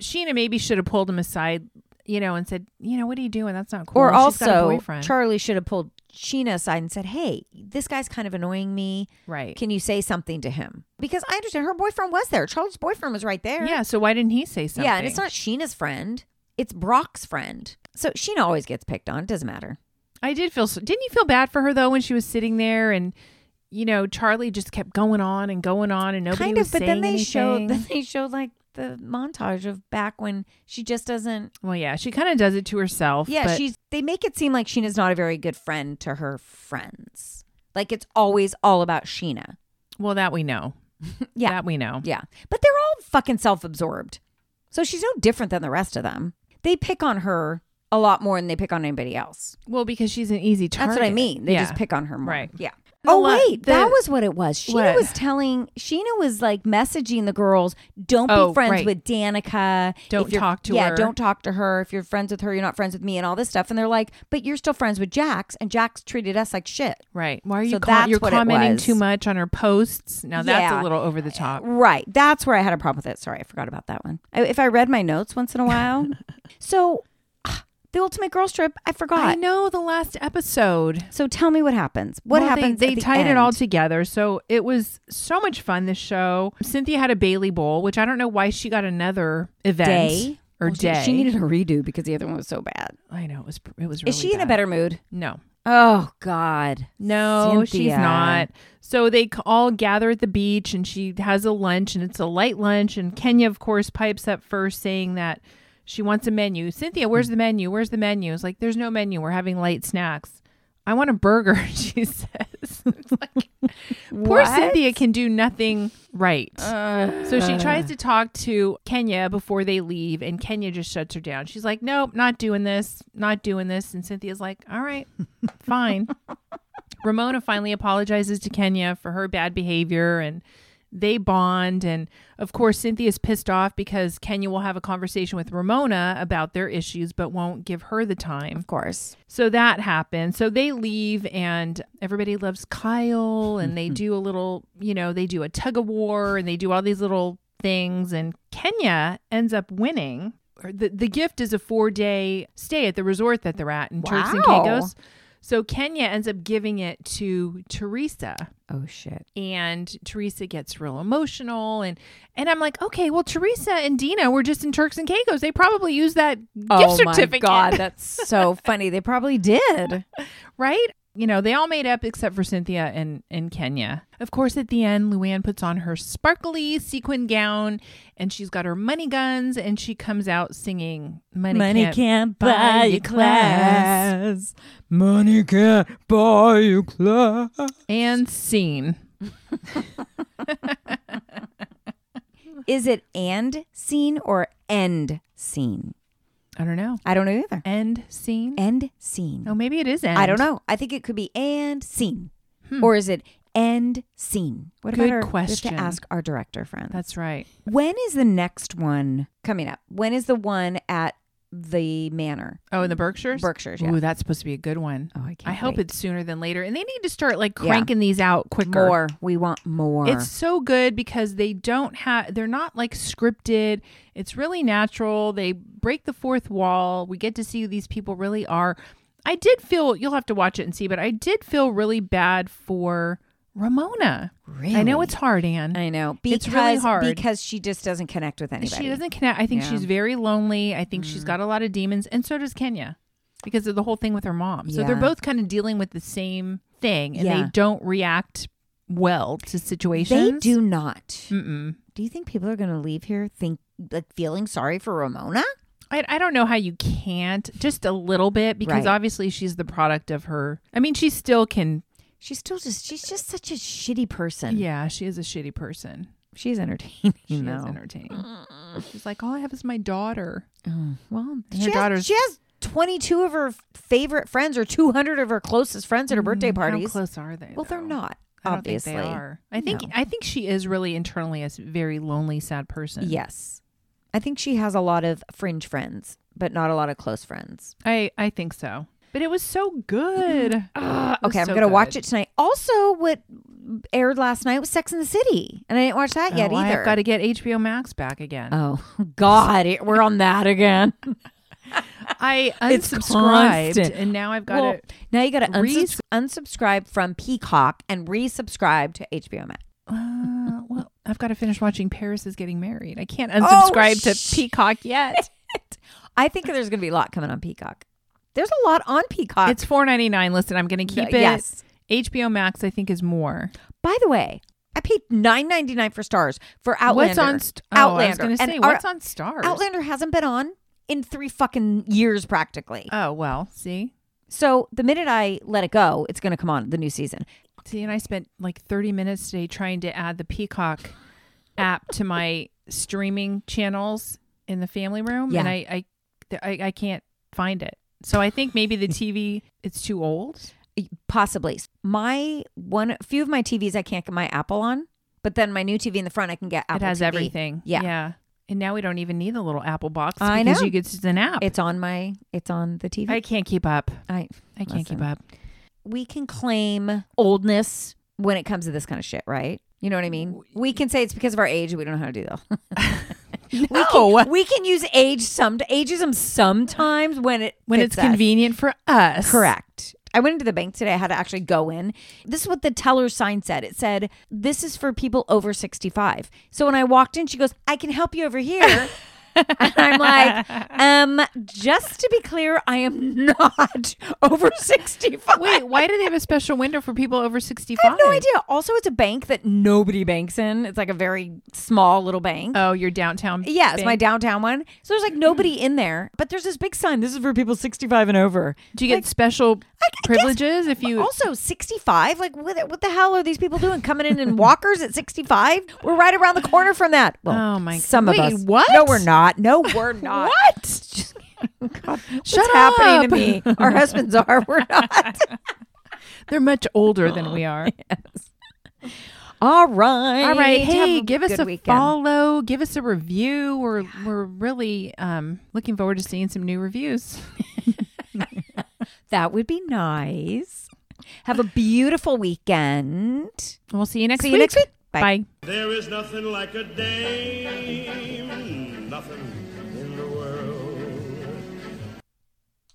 Speaker 3: Sheena maybe should have pulled him aside, you know, and said, you know, what are you doing? That's not cool.
Speaker 2: or
Speaker 3: She's got a
Speaker 2: also,
Speaker 3: boyfriend.
Speaker 2: Charlie should have pulled Sheena aside and said, "Hey, this guy's kind of annoying me.
Speaker 3: right.
Speaker 2: Can you say something to him?" Because I understand her boyfriend was there. Charlie's boyfriend was right there.
Speaker 3: yeah. So why didn't he say something?
Speaker 2: Yeah, and it's not Sheena's friend. It's Brock's friend. So Sheena always gets picked on. It doesn't matter.
Speaker 3: I did feel. So, didn't you feel bad for her though when she was sitting there and you know Charlie just kept going on and going on and nobody
Speaker 2: kind
Speaker 3: was
Speaker 2: of, but then
Speaker 3: saying
Speaker 2: they showed
Speaker 3: anything?
Speaker 2: then they showed like the montage of back when she just doesn't.
Speaker 3: well, yeah, she kind of does it to herself.
Speaker 2: Yeah,
Speaker 3: but-
Speaker 2: she's they make it seem like Sheena's not a very good friend to her friends. Like it's always all about Sheena.
Speaker 3: well that we know.
Speaker 2: Yeah.
Speaker 3: that we know.
Speaker 2: Yeah, but they're all fucking self-absorbed, so she's no different than the rest of them. They pick on her a lot more than they pick on anybody else.
Speaker 3: Well, because she's an easy target.
Speaker 2: That's what I mean. They
Speaker 3: Yeah.
Speaker 2: just pick on her more.
Speaker 3: Right.
Speaker 2: Yeah.
Speaker 3: The
Speaker 2: oh
Speaker 3: la-
Speaker 2: wait, that
Speaker 3: the-
Speaker 2: was what it was. Sheena
Speaker 3: What?
Speaker 2: was telling Sheena was like messaging the girls, don't
Speaker 3: Oh,
Speaker 2: be friends
Speaker 3: right.
Speaker 2: with Danica.
Speaker 3: Don't
Speaker 2: If you're-
Speaker 3: talk to
Speaker 2: yeah,
Speaker 3: her."
Speaker 2: don't talk to her. If you're friends with her, you're not friends with me and all this stuff. And they're like, but you're still friends with Jax and Jax treated us like shit.
Speaker 3: Right. Why are
Speaker 2: So
Speaker 3: you
Speaker 2: that's
Speaker 3: com- you're
Speaker 2: what it
Speaker 3: commenting
Speaker 2: was.
Speaker 3: too much on her posts? Now that's
Speaker 2: Yeah.
Speaker 3: a little over the top.
Speaker 2: Right. That's where I had a problem with it. Sorry, I forgot about that one. I, if I read my notes once in a while. so ah, the ultimate girl strip, I
Speaker 3: I
Speaker 2: forgot.
Speaker 3: know the last episode.
Speaker 2: So tell me what happens. What
Speaker 3: Well, they-
Speaker 2: happens?
Speaker 3: They,
Speaker 2: at the
Speaker 3: tied it all
Speaker 2: end?
Speaker 3: together, so it was so much fun. This show. Cynthia had a Bailey Bowl, which I don't know why she got another event
Speaker 2: Day?
Speaker 3: or
Speaker 2: Well, she-
Speaker 3: day.
Speaker 2: She needed a redo because the other one was so bad.
Speaker 3: I know it was. It was. Really
Speaker 2: Is she in a
Speaker 3: bad.
Speaker 2: better mood?
Speaker 3: No,
Speaker 2: Oh God,
Speaker 3: no, she's
Speaker 2: Cynthia.
Speaker 3: not. So they c- all gather at the beach, and she has a lunch, and it's a light lunch. And Kenya, of course, pipes up first, saying that she wants a menu. Cynthia, where's the menu? Where's the menu? It's like there's no menu. We're having light snacks. I want a burger, she says. It's like, poor Cynthia can do nothing right.
Speaker 2: Uh,
Speaker 3: so she tries to talk to Kenya before they leave, and Kenya just shuts her down. She's like, nope, not doing this, not doing this. And Cynthia's like, all right, fine. Ramona finally apologizes to Kenya for her bad behavior and they bond and of course Cynthia's pissed off because Kenya will have a conversation with Ramona about their issues but won't give her the time.
Speaker 2: Of course.
Speaker 3: So that happened. So they leave and everybody loves Kyle and
Speaker 2: Mm-hmm.
Speaker 3: they do a little, you know, they do a tug of war and they do all these little things and Kenya ends up winning. Or The, the gift is a four day stay at the resort that they're at in Turks and
Speaker 2: Wow.
Speaker 3: Caicos. So Kenya ends up giving it to Teresa
Speaker 2: Oh shit.
Speaker 3: and Teresa gets real emotional and and I'm like, okay, well Teresa and Dina were just in Turks and Caicos. They probably used that gift
Speaker 2: oh
Speaker 3: certificate,
Speaker 2: my god, that's so funny. They probably did.
Speaker 3: right? You know, they all made up except for Cynthia and and Kenya. Of course, at the end, Luann puts on her sparkly sequin gown and she's got her money guns and she comes out singing "Money, can't, buy you class.
Speaker 2: Money can't buy you class.
Speaker 3: and scene."
Speaker 2: Is it and scene or end scene?
Speaker 3: I don't know.
Speaker 2: I don't know either.
Speaker 3: End scene.
Speaker 2: End scene.
Speaker 3: Oh, maybe it is end.
Speaker 2: I don't know. I think it could be and scene, or is it end scene? What
Speaker 3: Hmm. Good
Speaker 2: about our, We
Speaker 3: question.
Speaker 2: have to ask our director friend.
Speaker 3: That's right.
Speaker 2: when is the next one coming up? When is the one at the manor,
Speaker 3: Oh, in the Berkshires.
Speaker 2: Berkshires? Yeah.
Speaker 3: Ooh, that's supposed to be a good one.
Speaker 2: Oh, I can't.
Speaker 3: I hope it's sooner than later. And they need to start like
Speaker 2: Yeah.
Speaker 3: cranking these out quicker.
Speaker 2: more. We want more.
Speaker 3: It's so good because they don't have, they're not like scripted. It's really natural. They break the fourth wall. We get to see who these people really are. I did feel, you'll have to watch it and see, but I did feel really bad for Ramona. I know
Speaker 2: Really?
Speaker 3: it's hard, Anne.
Speaker 2: I know because
Speaker 3: It's really hard.
Speaker 2: because she just doesn't connect with anybody.
Speaker 3: She doesn't connect. I think
Speaker 2: Yeah. Mm.
Speaker 3: she's very lonely. I think she's got a lot of demons, and so does Kenya because of the whole thing with her mom. So they're
Speaker 2: Yeah.
Speaker 3: both kind of dealing with the same thing, and
Speaker 2: Yeah.
Speaker 3: they don't react well to situations.
Speaker 2: They do not.
Speaker 3: Mm-mm.
Speaker 2: Do you think people are going to leave here think like feeling sorry for Ramona?
Speaker 3: I, I don't know how you can't just a little bit because
Speaker 2: Right.
Speaker 3: obviously she's the product of her. I mean, she still can.
Speaker 2: She's still just she's just such a shitty person.
Speaker 3: Yeah, she is a shitty person.
Speaker 2: she's entertaining.
Speaker 3: She
Speaker 2: though.
Speaker 3: is entertaining. She's like, all I have is my daughter.
Speaker 2: Well,
Speaker 3: her
Speaker 2: she
Speaker 3: Mm, daughter's-
Speaker 2: has, she has 22 of her favorite friends or 200 of her closest friends at her birthday
Speaker 3: Mm, How
Speaker 2: parties.
Speaker 3: close are they?
Speaker 2: well, they're
Speaker 3: though?
Speaker 2: not,
Speaker 3: I don't
Speaker 2: obviously.
Speaker 3: think they are. I think
Speaker 2: No.
Speaker 3: I think she is really internally a s- very lonely, sad person.
Speaker 2: Yes. I think she has a lot of fringe friends, but not a lot of close friends.
Speaker 3: I I think so. But it was so good. It was
Speaker 2: Mm-hmm. Ah, Okay, I'm
Speaker 3: so
Speaker 2: going to watch
Speaker 3: good.
Speaker 2: it tonight. Also, what aired last night was Sex in the City, and I didn't watch that yet
Speaker 3: Oh,
Speaker 2: either.
Speaker 3: I've got to get HBO Max back again.
Speaker 2: oh, God. it- we're on that again.
Speaker 3: I
Speaker 2: It's
Speaker 3: unsubscribed
Speaker 2: constant.
Speaker 3: and now I've got
Speaker 2: well,
Speaker 3: to
Speaker 2: now you got to
Speaker 3: res-
Speaker 2: unsubs- unsubscribe from Peacock and resubscribe to HBO Max.
Speaker 3: uh, well, I've got to finish watching Paris is Getting Married. I can't
Speaker 2: Oh,
Speaker 3: unsubscribe
Speaker 2: shit.
Speaker 3: to Peacock yet.
Speaker 2: I think there's going to be a lot coming on Peacock. There's a lot on Peacock.
Speaker 3: It's 4.99. Listen, I'm going to keep it.
Speaker 2: Yes.
Speaker 3: HBO Max I think is more.
Speaker 2: By the way, I paid nine ninety nine for stars for Outlander.
Speaker 3: What's on st- oh,
Speaker 2: Outlander?
Speaker 3: I was going to
Speaker 2: And
Speaker 3: say
Speaker 2: our-
Speaker 3: what's on Stars?
Speaker 2: Outlander hasn't been on in three fucking years practically.
Speaker 3: Oh, well, see?
Speaker 2: so the minute I let it go, it's going to come on the new season.
Speaker 3: See, and I spent like 30 minutes today trying to add the Peacock app to my streaming channels in the family room,
Speaker 2: Yeah.
Speaker 3: and I, I, th- I, I can't find it. So I think maybe the TV it's too old.
Speaker 2: E, Possibly my one, few of my TVs I can't get my Apple on, but then my new TV in the front I can get Apple.
Speaker 3: it has
Speaker 2: TV.
Speaker 3: everything.
Speaker 2: Yeah.
Speaker 3: yeah. And now we don't even need the little Apple box
Speaker 2: I
Speaker 3: because
Speaker 2: know.
Speaker 3: you could just an app.
Speaker 2: It's on my. It's on the TV.
Speaker 3: I can't keep up.
Speaker 2: I
Speaker 3: I can't
Speaker 2: Listen.
Speaker 3: keep up.
Speaker 2: we can claim oldness when it comes to this kind of shit, right? You know what I mean? We can say it's because of our age. We don't know how to do that. we, can, we can use age some ageism sometimes when it
Speaker 3: When it's
Speaker 2: fits us.
Speaker 3: convenient for us.
Speaker 2: Correct. I went into the bank today. I had to actually go in. This is what the teller's sign said. It said, "This is for people over 65." So when I walked in, she goes, "I can help you over here." and I'm like, um, just to be clear, I am not over 65.
Speaker 3: Wait, why do they have a special window for people over 65?
Speaker 2: I have no idea. Also, it's a bank that nobody banks in. It's like a very small little bank.
Speaker 3: Oh, your downtown.
Speaker 2: yeah, it's my
Speaker 3: bank. Mm.
Speaker 2: downtown one. So there's like nobody in there, but there's this big sign. This is for people 65 and over.
Speaker 3: Do you get special privileges if you
Speaker 2: Also, 65? Like, what, what the hell are these people doing? Coming in in walkers at 65? We're right around the corner from that. Well,
Speaker 3: Oh, my-
Speaker 2: Some
Speaker 3: wait,
Speaker 2: of us.
Speaker 3: what?
Speaker 2: No, we're not. No, we're not.
Speaker 3: what?
Speaker 2: What's
Speaker 3: Shut
Speaker 2: happening to
Speaker 3: up.
Speaker 2: me? Our husbands are. We're not.
Speaker 3: They're much older than we are.
Speaker 2: All right.
Speaker 3: All right,
Speaker 2: Have
Speaker 3: hey,
Speaker 2: a
Speaker 3: give us
Speaker 2: good
Speaker 3: a
Speaker 2: weekend.
Speaker 3: follow, give us a review. We're we're really um, looking forward to seeing some new reviews.
Speaker 2: That would be nice. Have a beautiful weekend.
Speaker 3: We'll see you next
Speaker 2: See
Speaker 3: week.
Speaker 2: you next week. Bye.
Speaker 3: Bye.
Speaker 4: There is nothing like a dame, nothing